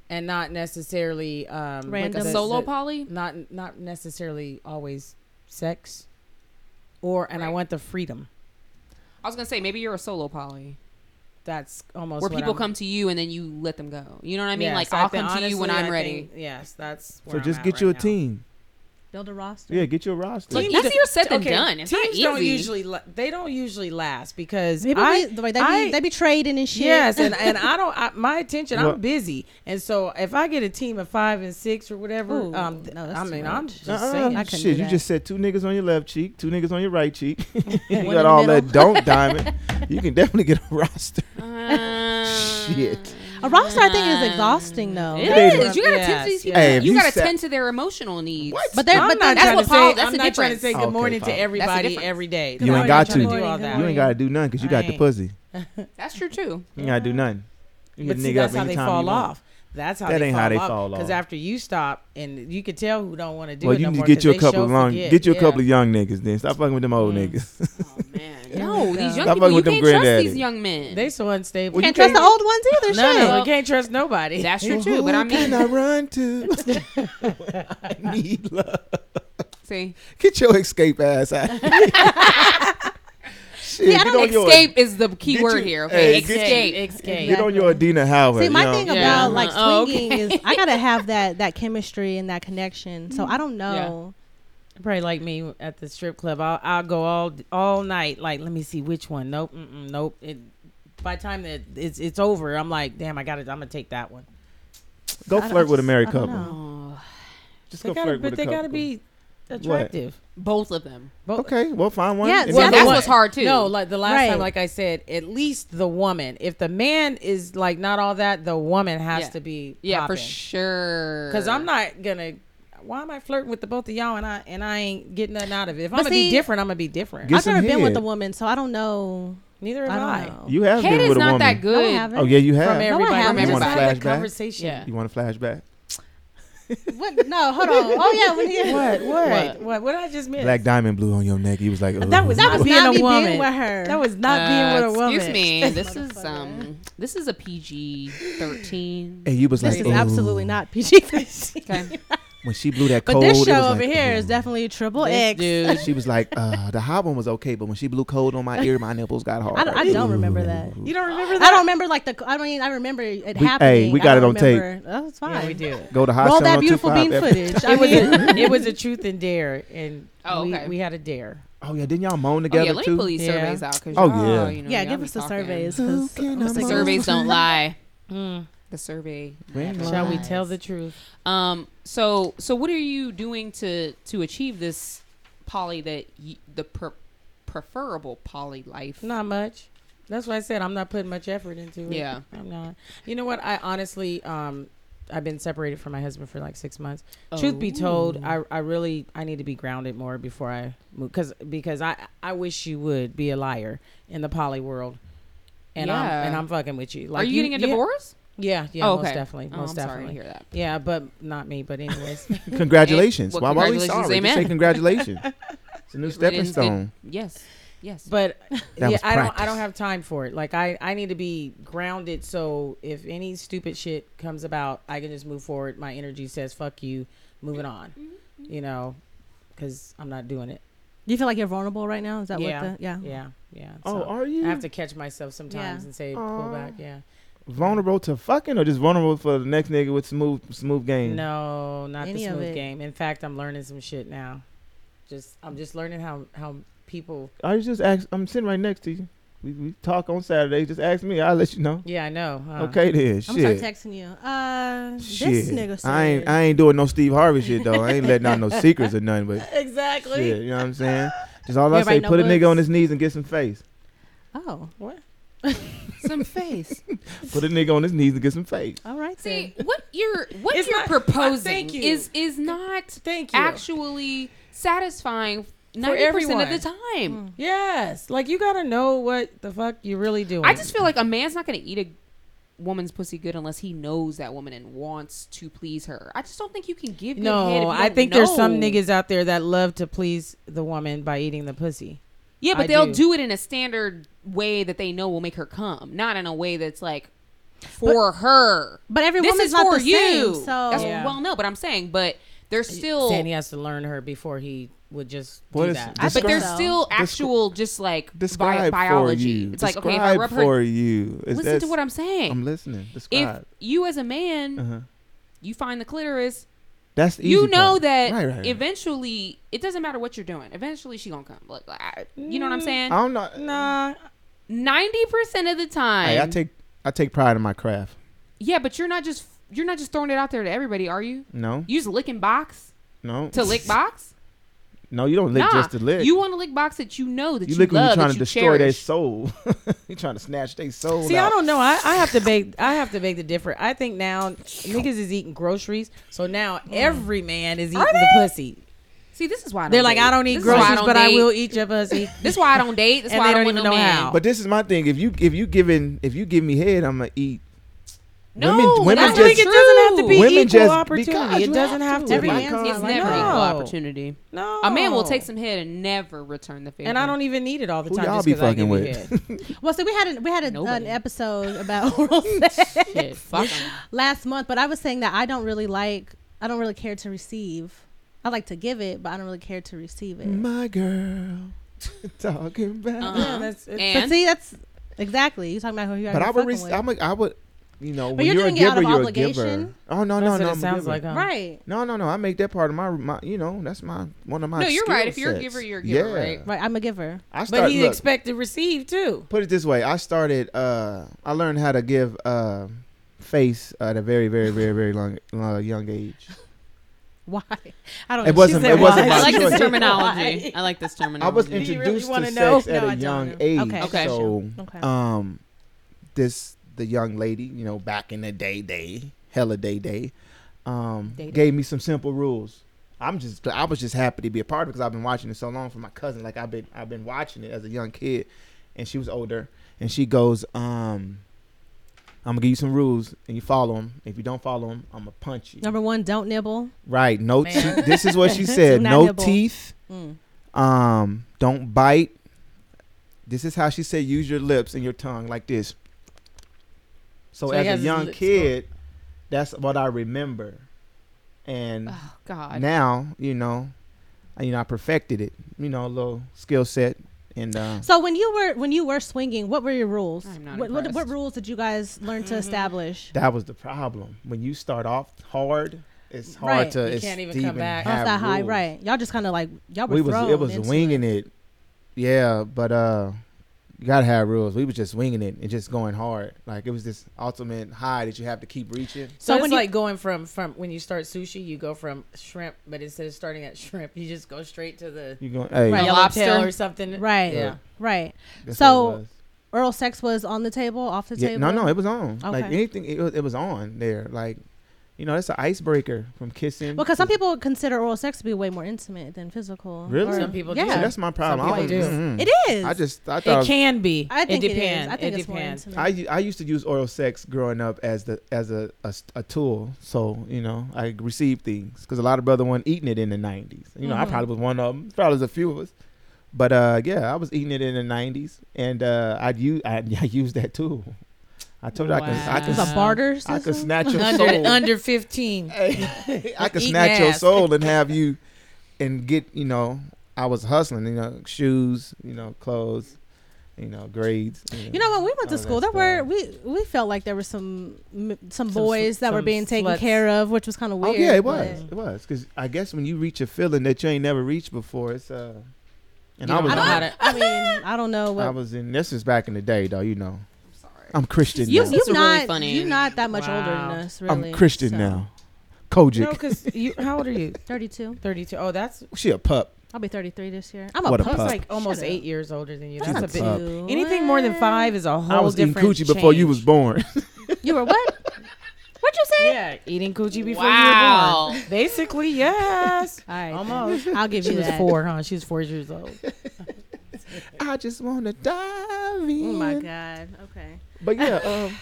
and not necessarily um, like Random. a the- solo the- poly. Not not necessarily always sex, or and I Right. want the freedom. I was gonna say maybe you're a solo poly, That's almost where what people I'm- come to you and then you let them go. You know what I mean? Yes, like I I'll think- come to you when honestly, I'm I ready. think- yes, that's. So where just I'm get at you a right now. team. Build a roster. Yeah, get you a roster. Look, Teams that's don't- easier said than done. It's not teams don't easy. usually la- they don't usually last because Maybe I, we, the way they, I- be, they be trading and shit. Yes, and, and I don't. I, my attention. Well- I'm busy, and so if I get a team of five and six or whatever, Ooh, um, th- no, that's I too mean, much. I'm just Uh-uh. saying. I couldn't do Shit, you that. just said two niggas on your left cheek, two niggas on your right cheek. you in got the all that middle. don't diamond. You can definitely get a roster. Uh, Shit. A roster, I think, is exhausting, though. It They- is. You gotta tend Yes, to these people. yes. Hey, if you, you gotta sat- tend to their emotional needs. What? But they're, I'm but not that's trying what to Paul- say. that's I'm the not trying to difference. say Okay, good morning Paul. to everybody difference. every day. You I'm ain't not got trying to. do all that. You ain't got to do nothing because you got the Right. pussy. That's true too. You ain't got to do nothing. You But can see, nigga that's up how they anytime you fall want. off. That's how That they ain't fall how they off. fall Because off. after you stop, and you can tell who don't want to do Well, it you no need to more get you 'cause a they couple sure of long, forget. get you a Yeah. Mm. couple of young niggas. Then stop fucking with them old niggas. Oh man. No, these young Stop people fucking you with them can't trust granddaddy. these young men. They so unstable. Well, you can't trust the can't- old ones either. no, shit. no, Well, you can't trust nobody. that's Well, true too. But who I mean can I run to? I need love. see. Get your escape ass out. of here. Shit, get on your- Escape is the key Get word you- here. Okay, hey, get you- escape. escape. Get on your Adina Howard. See, my you know? thing Yeah. about Uh-huh. like Oh, okay. swinging is I gotta have that that chemistry and that connection. Mm. So I don't know. Probably like me at the strip club. I'll I'll go all all night. Like, let me see which one. Nope, mm-mm, nope. It, by the time that it's it's over, I'm like, damn, I got to I'm gonna take that one. Go I- I flirt with a just- married I don't couple. know. Oh, Just They go gotta, flirt with but a they couple. gotta be attractive. both of them. Both- Okay, well, find one. Yeah, and see, then Well, the that's go one- what's hard too. No, like the last Right. time, like I said, at least the woman. If the man is like not all that, the woman has Yeah. to be. Yeah, for popping. sure. Cause I'm not gonna. Why am I flirting with the both of y'all and I and I ain't getting nothing out of it? If But I'm gonna see- be different, I'm gonna be different. Get I've some never been with a head. woman, so I don't know. Neither I am I. don't know. You have Kate been is with a not woman. that No, I good. haven't. Oh yeah, you From have. everybody, haven't. from You want a everybody. flashback? conversation. Yeah. You want a flashback? What? No, hold on. Oh yeah, when he, What? What? What? What? What did I just miss? Black diamond blue on your neck. He was like, oh. That was that was Being not a me woman. being with her. That was not being Uh, with a woman. Excuse me. This is Motherfucker. um this is a PG thirteen. And you was this like, is "Ooh." absolutely not PG thirteen. Okay. When she blew that But cold, this it was show over like, mm. here is "Ooh." definitely a triple This X. dude. She was like, uh, the hot one was okay, but when she blew cold on my ear, my nipples got hard. I don't- I don't remember that. You don't remember I that? don't remember like the. I mean, I remember it hey, happening. we I got don't it on tape. remember- That's fine. Yeah, we do. Go to hot Roll Sound that beautiful 025 bean F- footage. I It was mean, a, it was a truth and dare, and Oh, we, okay. we had a dare. Oh yeah, didn't y'all moan Oh, together yeah, let me too? pull these Yeah. surveys out. Cause Oh, y'all, yeah. You know, yeah, y'all give be us the talking. surveys. Who 'cause can I'm I sick of- Surveys don't lie. Mm. The survey. When Shall we lies. tell the truth? Um. So so what are you doing to to achieve this poly that y- the pre- preferable poly life? Not much. That's why I said I'm not putting much effort into it. Yeah. I'm not. You know what? I honestly, um, I've been separated from my husband for like six months. Oh. Truth be told, I, I really I need to be grounded more before I move because because I I wish you would be a liar in the poly world, and Yeah. I'm and I'm fucking with you. are you, getting a divorce? Yeah, yeah, Oh, most okay. definitely, oh, I'm most sorry to definitely. hear that. Yeah, but not me. But anyways, Congratulations. Well, Why why we congratulations, sorry? Just say amen. congratulations. It's a new stepping riddance, good- stone. Yes. Yes. but That yeah, was I don't I practice. don't have time for it. Like I I need to be grounded so if any stupid shit comes about, I can just move forward. My energy says fuck you, moving on. Mm-hmm. You know, cuz I'm not doing it. Do you feel like you're vulnerable right now? Is that Yeah. what the yeah? Yeah, yeah. Oh, so are you I have to catch myself sometimes Yeah. and say Aw. pull back, yeah. vulnerable to fucking or just vulnerable for the next nigga with smooth smooth game? No, not Any the of smooth it. game. In fact, I'm learning some shit now. Just I'm just learning how how people I was just ask. I'm sitting right next to you. We, we talk on Saturday. Just ask me. I'll let you know. Yeah, I know. huh? Okay then. I'm gonna shit. start texting you. Uh, this shit. nigga said. I ain't I ain't doing no Steve Harvey shit though. I ain't letting out no secrets or nothing. But Exactly. shit, you know what I'm saying? Just all I Everybody say, know put a books. nigga on his knees and get some face. oh, What? Some face. Put a nigga on his knees and get some face. all right. See what you're what It's you're not- proposing thank you. is is not Thank you. actually satisfying ninety percent everyone. of the time. Yes. Like you gotta know what the fuck you really doing. I just feel like a man's not gonna eat a woman's pussy good unless he knows that woman and wants to please her. I just don't think you can give good head if no. you I don't think there's some know. niggas out there that love to please the woman by eating the pussy. Yeah, but I they'll do. do. it in a standard way that they know will make her come, not in a way that's like for her. But every This woman's is not for the you. same, so That's Yeah. well, no, but I'm saying, but there's still, Saying he has to learn her before he would just What do is- that. I- but there's Describe- still descri- actual, just like bi- Describe biology. for you. It's Describe like okay, if I rub for her, you. listen Is to that's- what I'm saying. I'm listening. if Describe. you as a man, uh-huh. you find the clitoris, That's the you easy know part. that Right, right, right. eventually it doesn't matter what you're doing eventually she gonna come like, like I- you know what i'm Mm. I saying don't know. nah. 90% of the time Hey, I take I take pride in my craft. yeah but you're not just you're not just throwing it out there to everybody are you No, you just licking box no, to lick box no. You don't lick nah, just to lick. you want to lick box that you know that you, you lick when you're love trying that to you destroy their cherish soul. you're trying to snatch their soul. See, out. I don't know. I, I have to beg. I have to beg the different. I think now niggas is eating groceries, so now every man is eating the pussy. see this is why I don't They're like, date. I don't eat This is why groceries, but I date. will eat your pussy. this is why i don't date this is And why they i don't, don't want no even know man. how. But this is my thing. If you if you giving if you give me head, I'm gonna eat. no Women- women that's I not think it true. doesn't have to be Women equal just- because opportunity. you It doesn't have have to. to. If be. I it's come- never like equal that. opportunity No, a man will take some head and never return the favor And I don't even need it all the Who time. y'all just be 'cause I fucking give you with? head. Well, see, we had a, we had a, an Nobody. episode about oral sex Shit, fuck 'em. last month, but I was saying that I don't really like I don't really care to receive. I like to give it, but I don't really care to receive it. My girl, talking about. Uh-huh. Yeah, that's- it's- But and see, that's exactly you talking about who you are. but I would. with. Re- I'm a, I would. You know, But when you're you're, a doing it out giver, of you're a giver. obligation? Oh no, no, That's no. what I'm it a sounds giver. like. huh? right, No, no, no. I make that part of my, my you know, that's my one of my. No, you're skill right. If you're a giver, sets. you're a giver, right? right. I'm a giver. I But start, he look, expected receive too. put it this way. I started. Uh, I learned how to give uh, face at a very, very, very, very long, long young age. Why? I don't. It know. wasn't- She said it wasn't why. my I like choice. this terminology. I like this terminology. I was Do you really introduced wanna to know? sex at No, I a don't young know. age. Okay. Okay. So, Okay. um, this the young lady, you know, back in the day, day, hella day, day, um, Day, day. gave me some simple rules. I'm just, I was just happy to be a part of it because I've been watching it so long for my cousin. Like I've been, I've been watching it as a young kid, and she was older, and she goes, um. I'm gonna give you some rules, and you follow them. If you don't follow them, I'm gonna punch you. Number one, don't nibble. Right? No. Te- Man. this is what she said. Do not no nibble. teeth. Mm. Um, don't bite. This is how she said use your lips and your tongue like this. So, So he as has a his young lips kid, that's what I remember. And Ah, Oh God. now, you know, I- you know, I perfected it. You know, a little skill set and uh So when you were when you were swinging, what were your rules? I'm not what, what, what impressed. rules did you guys learn to establish? that was the problem. When you start off hard, it's hard Right. to You it's can't even to come back. have Off that high, rules. right? Y'all just kind of like y'all were We was thrown it was into winging it. yeah, but uh, you gotta have rules. We was just winging it and just going hard. Like it was this ultimate high that you have to keep reaching. So So, it's when you- like going from from when you start sushi, you go from shrimp, but instead of starting at shrimp, you just go straight to the You going hey? Right. yellow lobster. tail or something. Right. Yeah. Right. that's So, what it was. Oral sex was on the table, off the Yeah, table. no, no, it was on. Like Okay. anything, it was, it was on there. Like you know, that's an icebreaker from kissing. Because some to- people consider oral sex to be way more intimate than physical. Really? Some people yeah. do. See, that's my problem. Some I was, people do. mm-mm. It is. I just I It thought can be. I think it it is. depends. I think it it's depends. more I, intimate. u- I used to use oral sex growing up as the as a, a, s- a tool. So you know, I received things because a lot of brother weren't eating it in the nineties. You know, I Mm-hmm. Mhm. probably was one of them. Probably was a few of us. But uh, yeah, I was eating it in the nineties, and uh, I'd use I, I used that tool. I told you I could I Wow. could it's s- a barter system. I could snatch your under soul. under fifteen. Hey, I could Eating snatch your ass. soul and have you and get you know. I was hustling, you know, shoes, you know, clothes, you know, grades. You know, when we went Oh, to school, there that's were bad. we we felt like there were some m- some Some boys sl- that were some being taken sluts. care of, which was kind of weird. oh yeah, but- it was. It was because I guess when you reach a feeling that you ain't never reached before, it's uh. And You I don't was, I know how I, to- don't. I mean, I don't know what. was in. This is back in the day, though. You know, I'm Christian You now. you That's really not funny. you not that much older Wow. than us. Really, I'm Christian so. now. Kojic, No, because you. How old are you? Thirty-two. Thirty-two. Oh, that's she a pup. I'll be thirty-three this year. I'm a What a pup. that's pup. like almost Shut eight up. years older than you. She's That's a a big. pup. Anything more than five is a whole I was eating different. coochie before you change. was born. You were what? What'd you say? Yeah, eating coochie before you Wow. were born. Basically, yes. All right, then. Almost. I'll give She you was that. four, huh? She was four years old. I just wanna dive in. Oh my god. Okay. But yeah, um,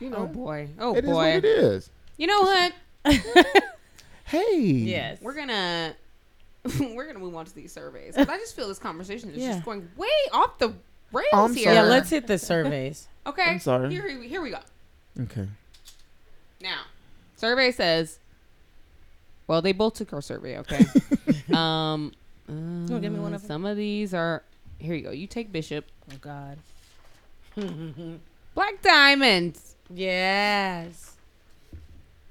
you Oh know, boy. Oh it is boy. what it is. You know what? Hey. Yes. We're gonna we're gonna move on to these surveys. 'cause I just feel this conversation is Yeah. just going way off the rails Oh, I'm here. sorry. yeah, let's hit the surveys. Okay. I'm sorry. Here, we- here we go. Okay. Now, survey says. Well, they both took our survey. Okay. um, wanna give me one uh, of 'em? Some of these are. Here you go. You take Bishop. Oh god. Black Diamonds. yes.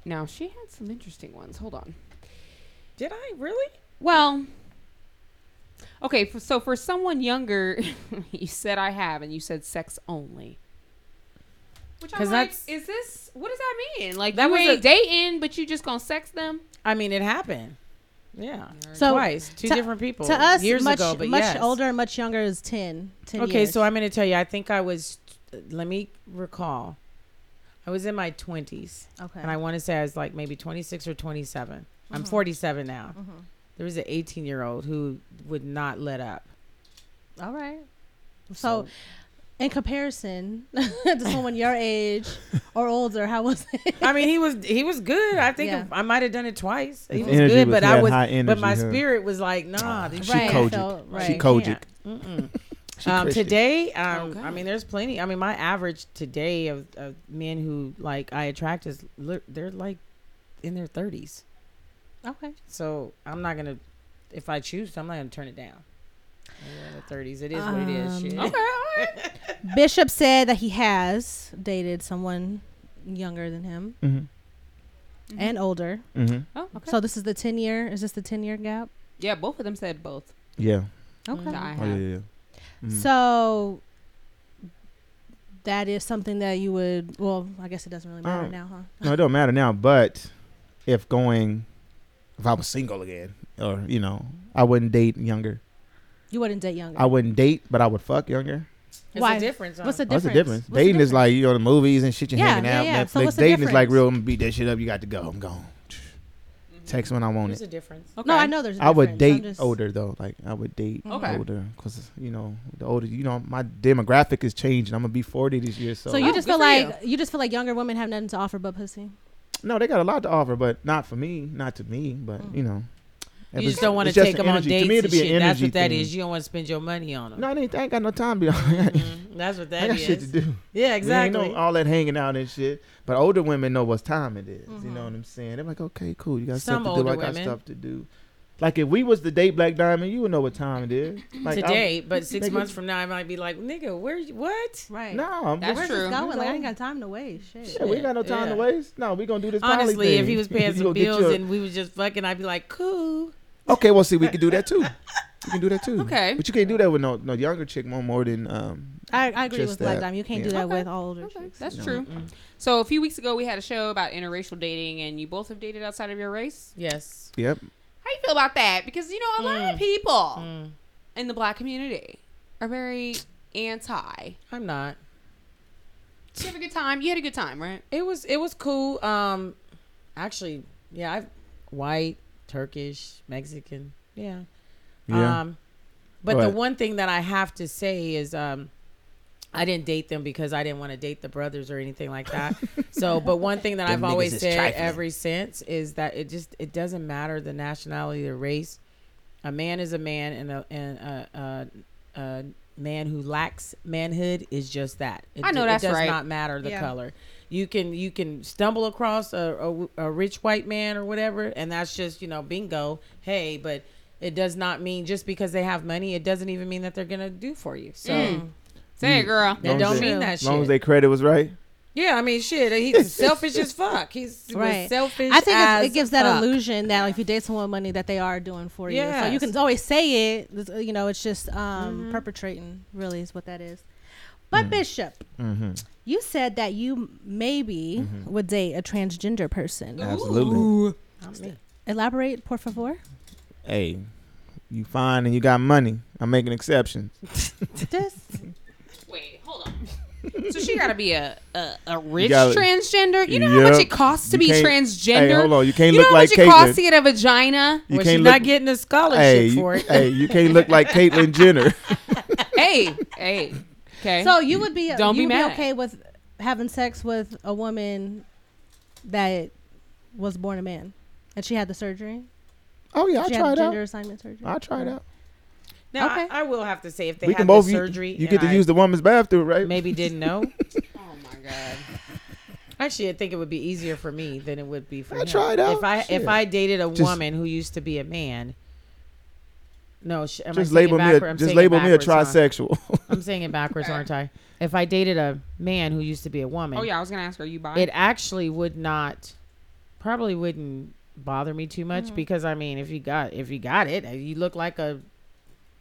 Now she had some interesting ones. Hold on. Did I really? Well, okay. f- So for someone younger, you said I have, and you said sex only. Which I'm 'Cause like, that's- is this? What does that mean? Like That you was a- ain't dating, but you just gonna sex them? I mean, it happened. Yeah. So, twice, two to- different people. To us, years much ago, but much yes. older and much younger is 10. 10 Okay, years. so I'm going to tell you. I think I was. Let me recall. I was in my twenties, okay. Mm-hmm. and I want to say I was like maybe 26 or 27. Uh-huh. I'm 47 now. There was an 18 year old who would not let up. All right. So, in comparison to someone your age or older, how was it? I mean, he was he was good. I think Yeah. I might have done it twice. He His was energy good, was- but he I had was. high but energy, my huh? Ah. spirit was like, nah. This She Right, Kojic. so- right. She Kojic. Mm-mm. She Um, Christian. today, um, Okay. I mean, there's plenty. I mean, my average today of, of men who like I attract is li- they're like in their 30s. Okay. So I'm not gonna, if I choose, I'm not gonna turn it down. They're in the 30s, it is what it is. Um, Shit. Okay. All right. Bishop said that he has dated someone younger than him Mm-hmm. and older. Mm-hmm. Oh, okay. So this is the 10 year. Is this the 10 year gap? yeah, both of them said both. Yeah. Okay. That I Oh have. yeah. yeah. Mhm. So that is something that you would, well, I guess it doesn't really matter Um, now, huh? no, it don't matter now. But if going, if I was single again, or you know, I wouldn't date younger. You wouldn't date younger. I wouldn't date, but I would fuck younger. It's Why? a difference. huh? what's the difference? That's the difference. What's the dating is difference? like you know the movies and shit. You're Yeah, hanging yeah, out. yeah. Netflix. So what's the dating is like difference? Mm-hmm. real. I'm gonna beat that shit up. You got to go. I'm gone. Text when I want There's it. a difference. Okay. No, I know there's a I would difference. I'm date just- older though. Like I would date Okay. older because you know the older. You know my demographic is changing. I'm gonna be 40 this year. So, So you Oh, just good feel for you. like you. just feel like younger women have nothing to offer but pussy. no, they got a lot to offer, but not for me. Not to me. But you know, it Mm. You was- just don't want to it's just take an them on energy. dates. To me, it'd and be shit. an That's energy what that thing. is. You don't want to spend your money on them. No, I ain't, I ain't got no time. To be honest. That's what I that got is. shit to do. Yeah, Exactly. exactly. know all that hanging out and shit. But older women know what time it is, You know what I'm saying? They're like, okay, cool. You got Mm-hmm. Some stuff to do. I older got women. stuff to do. Like if we was to date Black Diamond, you would know what time it is. Like I'm- Today, but six Nigga. months from now, I might be like, nigga, where? you- What? Right. no, I'm That's we're- Where's this true. going? Like I ain't got time to waste. Shit. shit, we ain't got no time to Yeah. waste. No, we gonna do this. poly Honestly, if thing. he was paying You some gonna get bills your- and we was just fucking, I'd be like, cool. Okay, well, see, we can do that too. You can do that too. Okay. but you can't do that with no no younger chick more more than um. I, I agree Just with Black that. Diamond. You can't Yeah. do that Okay. with all older Okay, Mm-hmm. chicks. that's No. true. So a few weeks ago, we had a show about interracial dating, and you both have dated outside of your race. Yes. Yep. How you feel about that? Because you know a lot of people in the black community are very anti. I'm not. Did you have a good time? You had a good time, right? It was it was cool. Um, actually, yeah, I've white, Turkish, Mexican, yeah. Yeah. Um, but Go the ahead. one thing that I have to say is, um, I didn't date them because I didn't want to date the brothers or anything like that. so, but one thing that I've Them niggas always is said trifling. ever since is that it just it doesn't matter the nationality or race. A man is a man, and a and a, a, a man who lacks manhood is just that. It, I know d- that's it does right. not matter the Yeah. color. You can you can stumble across a, a a rich white man or whatever, and that's just you know bingo. Hey, but it does not mean just because they have money, it doesn't even mean that they're gonna do for you. So Mm. Say Mm. it, girl. that Long don't as they- mean that As long as shit. they credit was right. yeah, I mean shit. He's selfish as fuck. He's was Right. selfish. I think as it's, it gives that fuck. illusion that like, if you date someone with money that they are doing for you. So you Yes. can always say it. this- You know, it's just um, perpetrating. Really, is what that is. But Bishop, Mm-hmm. you said that you maybe would date a transgender person. Absolutely. Not me. Elaborate, por favor. Hey, you fine and you got money. I'm making exceptions. this Wait, hold on. so she gotta be a a, a rich gotta- transgender. You know how much Yep. it costs to You be can't- transgender. Hey, hold on. You can't you know look how like much it costs to Caitlyn. get a vagina. You well, she's can't not look. getting a scholarship Hey, you, for it. hey, you can't look like Caitlyn Jenner. hey, hey. Okay. So you would be Don't you be would mad. okay with having sex with a woman that was born a man and she had the surgery. Oh yeah, I she tried had out. gender assignment surgery. I tried out. Now Okay. I, I will have to say if they we had can both the u- surgery, You, get and to I use the woman's bathroom, right? maybe didn't know. oh my god. Actually, I think it would be easier for me than it would be for I him. tried out. If I Shit. if I dated a Just- woman who used to be a man. No, sh- am I Just saying label it me a backward? I'm just saying it label me a backwards, huh? trisexual. I'm saying it backwards, aren't I? If I dated a man who used to be a woman, Oh yeah, I was gonna ask, are you bi? it actually would not, probably wouldn't bother me too Mm. much because I mean, if you got if you got it, uh, you look like a,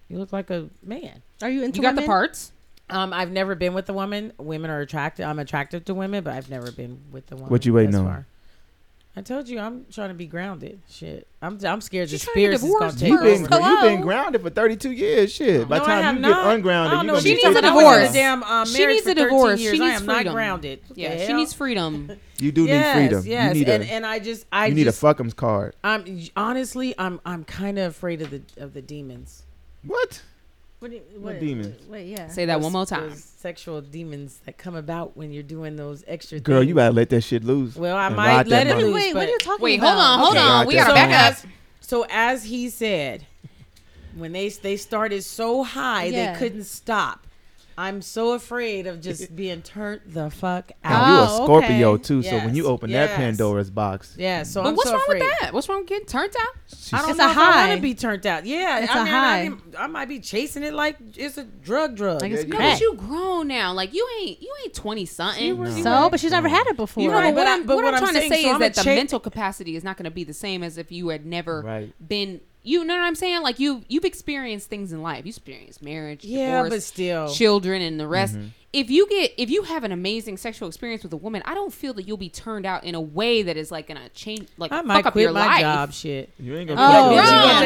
you look like a man. Are you into you got the women? parts. Um, I've never been with a woman. Women are attracted. I'm attracted to women, but I've never been with a woman. What you waiting thus on? far. I told you I'm trying to be grounded. Shit, I'm I'm scared the She's trying to spirits is divorce gonna take You've You've been- been over. Hello? you've been grounded for 32 years. Shit. By the No, I time have you not. get ungrounded, I don't you're know gonna what be you're She needs talking a about. I was in divorce. Damn, uh, She marriage needs for a 13 divorce. She Years. I needs am freedom. not grounded. What Yeah, the she hell? needs freedom. You do yes, need freedom. Yes, you need and a and I just I you need just a fuck'ems card. I'm honestly I'm I'm kind of afraid of the of the demons. What? What, do you- What demons? Wait, yeah. Say that Those- one more time. those sexual demons that come about when you're doing those extra. Girl, things. you better let that shit loose. Well, I and might ride let that it mic. loose. Wait, what are you talking Wait, about? hold on, hold Okay, on. God, We gotta that's back as, up. So as he said, when they they started so high Yeah. they couldn't stop. I'm so afraid of just being turned the fuck And out. you Oh, a Scorpio okay. too, so when you Yes, open that yes. Pandora's box, Yeah, so But I'm what's so wrong afraid. with that? What's wrong with getting turned out? she's- I don't It's know a if I high. want to be turned out. Yeah, It's I a mean, high. I, didn't- I might be chasing it like it's a drug drug. Like it's Yeah, No, Right. but you grown now. Like you ain't you ain't twenty something. So, but she's never had it before. You know, Right, but but what, I'm- I'm, but what, what I'm I'm trying saying, to say so is I'm a that the chick- mental capacity is not going to be the same as if you had never Right. been. You know what I'm saying? Like you, you've experienced things in life. You experienced marriage, yeah, but divorce, still. children, and the rest. Mm-hmm. If you get, if you have an amazing sexual experience with a woman, I don't feel that you'll be turned out in a way that is like gonna change, like I fuck might up quit your my life. job. Shit. you ain't gonna. Oh, put Girl, that yeah.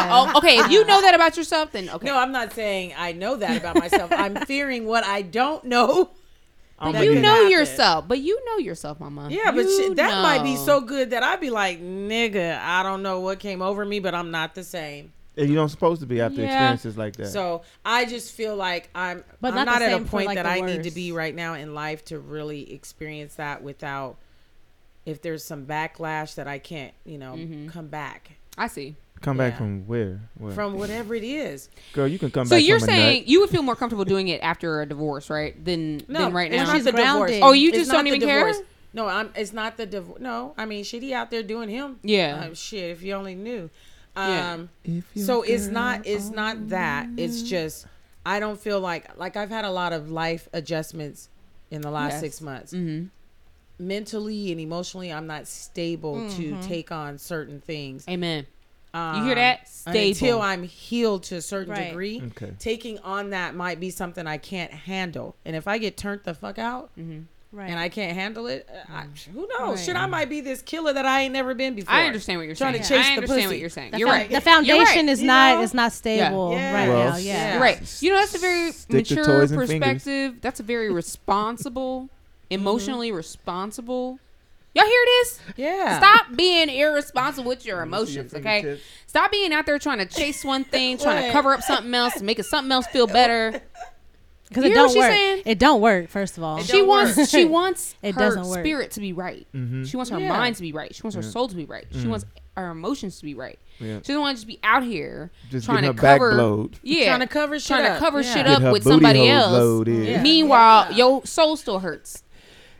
shit Yeah. on. Yeah. no. Oh, okay, if you know that about yourself, then okay. No, I'm not saying I know that about myself. I'm fearing what I don't know. I'm that gonna you get- could know happen. yourself, but you know yourself, Mama. Yeah, but You shit, that might be know. so good that I'd be like, nigga, I don't know what came over me, but I'm not the same. And you don't supposed to be after Yeah. experiences like that. So I just feel like I'm, But I'm not not, the at a same for, point like, that the I need to worst. be right now in life to really experience that without, if there's some backlash that I can't, you know, Mm-hmm. come back I see. come back yeah. from where? Where? from whatever it is. Girl, you can come So back. you're from a nut. saying you would feel more comfortable doing it after a divorce, right? Than No, than right it's now. not the divorce. grounded. Oh, you It's just not don't the even care. divorce. No, I'm. It's not the divorce. No, I mean, shit, he out there doing him. Yeah. Uh, shit, if you only knew. Yeah. Um, If your so it's girl not it's not that it's just i don't feel like like i've had a lot of life adjustments in the last Yes. six months Mm-hmm. mentally and emotionally i'm not stable to take on certain things Amen. Um, You hear that? Until Stable. I'm healed to a certain Right. degree, Okay. taking on that might be something I can't handle. And if I get turned the fuck out Right. and I can't handle it, uh, I, who knows? Right. Shit, I might be this killer that I ain't never been before. I understand what you're Trying saying. to chase I the understand pussy. what you're saying. the You're fou- right. The foundation is You not know? is not stable Yeah. right Well, now. Yeah. yeah. You're right. You know, that's a very Stick to mature toys and fingers. perspective. That's a very responsible, emotionally responsible. Y'all hear this? Yeah. Stop being irresponsible with your me see your emotions, okay? fingertips. Stop being out there trying to chase one thing, trying to What? cover up something else, making something else feel better. Because You it hear what don't she's work. saying? It don't work. First of all, It She don't wants work. she wants It her doesn't work. spirit to be right. Mhm. She wants her Yeah. mind to be right. She wants her soul to be right. She wants her emotions to be right. Mm-hmm. Yeah. She doesn't want to just be out here Just trying to getting her back cover blowed. Yeah, Trying to cover shit trying to up. cover Yeah. shit Get up her with booty somebody hole else. loaded. Yeah. Meanwhile, your soul still hurts.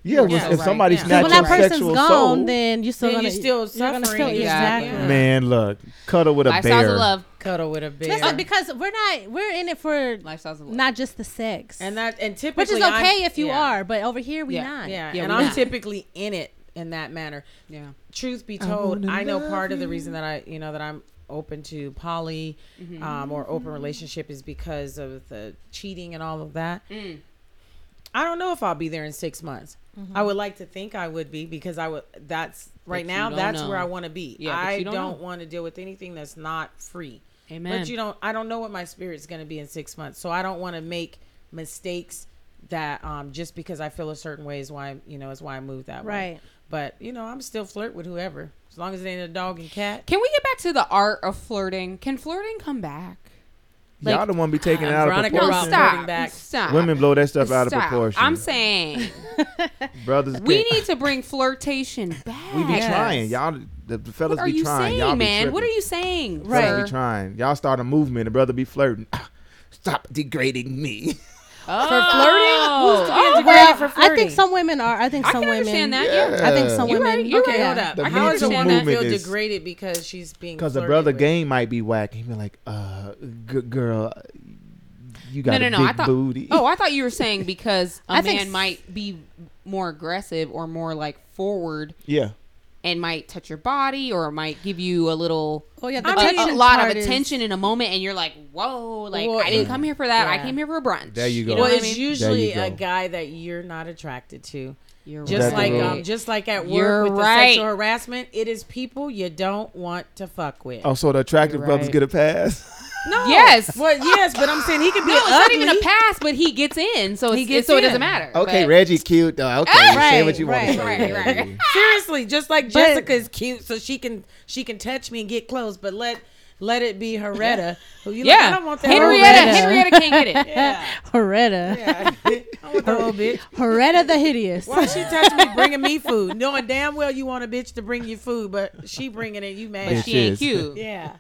Yeah, if- Yeah, if right, somebody yeah. 'Cause snatches when that your person's sexual gone, soul, then you still Then gonna you're still gonna suffering. still- Exactly. exactly. man, look, cuddle with a Lifestyles bear. of love. Cuddle with a bear. That's what- because we're not we're in it for Lifestyles of love. not just the sex, and that and typically which is I'm- okay if you yeah. are, but over here we Yeah. not. Yeah, Yeah, and we I'm not. typically in it in that manner. yeah. Truth be told, I, know part of the reason that I, you know, that I'm open to poly Mm-hmm. um, or open relationship is because of the cheating and all of that. Mm. I don't know if I'll be there in six months. I would like to think I would be because I would. That's right you now. don't That's where know. I want to be. Yeah, but I you don't, don't know. want to deal with anything that's not free. Amen. But you don't. I don't know what my spirit's going to be in six months, so I don't want to make mistakes that um, just because I feel a certain way is why you know is why I moved that way. Right. But you know, I'm still flirt with whoever, as long as it ain't a dog and cat. Can we get back to the art of flirting? Can flirting come back? Y'all Like- don't want to be taking it I'm out of Veronica No, Rob proportion. flirting stop. back. Stop. Women blow that stuff out of Stop. proportion. I'm saying brothers, we can't- need to bring flirtation back. we be Yes. trying. Y'all, the, the fellas What are be you trying. saying, Y'all be man? What are tripping. you saying? Fellas sir? be trying. Y'all start a movement. The brother be flirting. Ah, Stop degrading me. Oh. Who's to be Oh, integrated Well, for I think flirting? some women are. I think I some can women. understand that. Yeah. Yeah. I think some You're women. right, you're okay, right. hold up. The How is a Me Too woman feel movement is- degraded because she's being? Because the flirted brother with? game might be whack. He be like, uh, g- girl, you got no, a no, no. big I thought. booty. Oh, I thought you were saying because a I think man s- might be more aggressive or more like forward yeah. and might touch your body or might give you a little Oh yeah, a, the a attention lot part of is- attention in a moment, and you're like, "Whoa!" Like Well, I didn't come here for that. I yeah. came here for a brunch. There you go. know well, what I it's mean? usually There a you go. guy that you're not attracted to. You're Just That's like right. um, just like at work You're with the right. sexual harassment, it is people you don't want to fuck with. Oh, so the attractive You're brothers right. get a pass. no, yes. well, yes, but I'm saying he could be no, it's ugly. not even a pass, but he gets in, so he gets so it doesn't in. matter. but- okay, Ah, Reggie's cute. though. okay, say what right, you want to right, say. right, Reggie. Seriously, just like Jessica is cute, so she can she can touch me and get close, but let let it be Heretta. Who you like, I Yeah, don't want that Henrietta. Loretta. Henrietta can't get it. Horetta. Henrietta. I want the whole bitch. Horetta the hideous. Why she touch me bringing me food, knowing damn well you want a bitch to bring you food, but she bringing it, you mad? Bitch. She ain't is. cute. Yeah.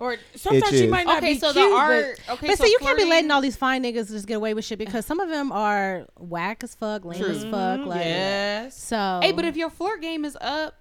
Or sometimes is. she might not Okay, be so cute, the but- art. Okay, But so see, you can't be flirting- letting all these fine niggas just get away with shit because some of them are whack as fuck, lame True. as fuck. Like, Yes. So, Mm-hmm. Hey, but if your flirt game is up,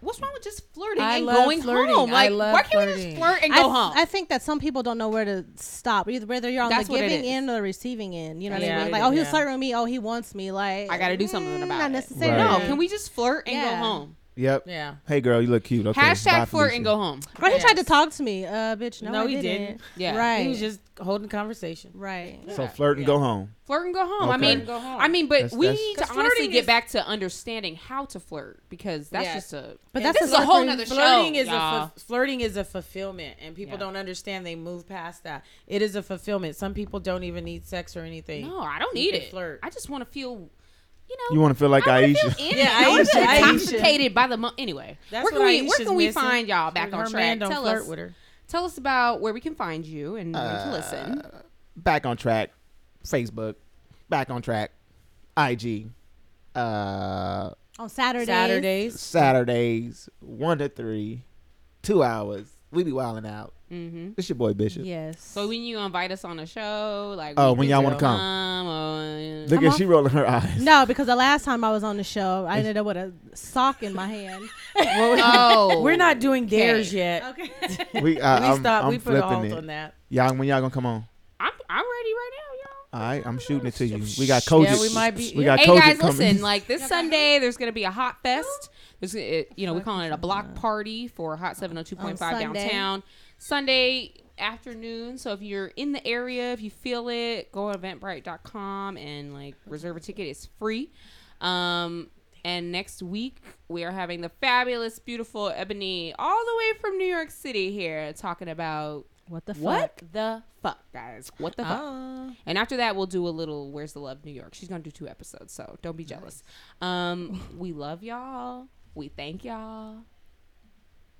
what's wrong with just flirting I and love going flirting. home? I Like, love why can't we flirting. just flirt and I, go th- home? I think that some people don't know where to stop, either whether you're on That's the what it giving is. end or the receiving end. You know Yeah, what I mean? it Like, is, oh, he's yeah. flirting with me. Oh, he wants me. Like, I gotta do something mm, about Not it. necessarily. Right. no, can we just flirt and Yeah. go home? Yep. Yeah. Hey, girl, you look cute. Okay. bye, Hashtag flirt Felicia. and go home. Or he tried to Yes. talk to me. Uh, bitch. No, No, I he didn't. didn't. Yeah. Right. He was just holding conversation. right. So flirt and go home. Flirt and go home. I Okay. mean, Go home. I mean, but That's- we that's- need to 'Cause honestly flirting get is- back to understanding how to flirt because that's Yes. just a. But And that's this is a whole slippery- nother show. flirting is y'all. a fu- flirting is a fulfillment and people Yeah. don't understand they move past that it is a fulfillment some people don't even need sex or anything no, I don't You need can it. flirt. I just want to feel, you know. You want to feel like I wanna Aisha? Feel in Yeah, it. I wanna Aisha, feel Aisha. intoxicated by the mo- anyway. That's where can what we where Aisha's can we missing. find y'all back Her on man track? don't Tell flirt us with her tell us about where we can find you and where to listen. back on track. Facebook. Back on track. IG. Uh, On Saturdays. saturdays Saturdays, one to three, two hours. We be wilding out. Mm-hmm. It's your boy Bishop. Yes. So when you invite us on a show, like Oh, we when can y'all wanna come. or- Look I'm at off- she rolling her eyes. no, because the last time I was on the show, I ended up with a sock in my hand. oh, we're not doing dares Okay. yet Okay. We, we I, I'm, stopped I'm we put a flipping hold it. on that Y'all, when y'all gonna come on? I'm I'm ready right now, y'all. All right, I'm shooting it to you. We got Kojic. we might be- We got Hey Kojic guys, coming. listen. Like this Sunday, there's gonna be a hot fest. It's, it, you know, we're calling it a block party for Hot 702.5 Oh, On Sunday. downtown. Sunday afternoon. So if you're in the area, if you feel it, go to eventbrite.com and like reserve a ticket. It's free. Um, and next week, we are having the fabulous, beautiful Ebony all the way from New York City here talking about What the fuck? what the fuck, guys. What the fuck? Ah. And after that, we'll do a little "Where's the Love New York." She's gonna do two episodes, so don't be jealous. Um, we love y'all. We thank y'all,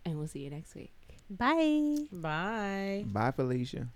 and we'll see you next week. Bye. Bye. Bye, Felicia.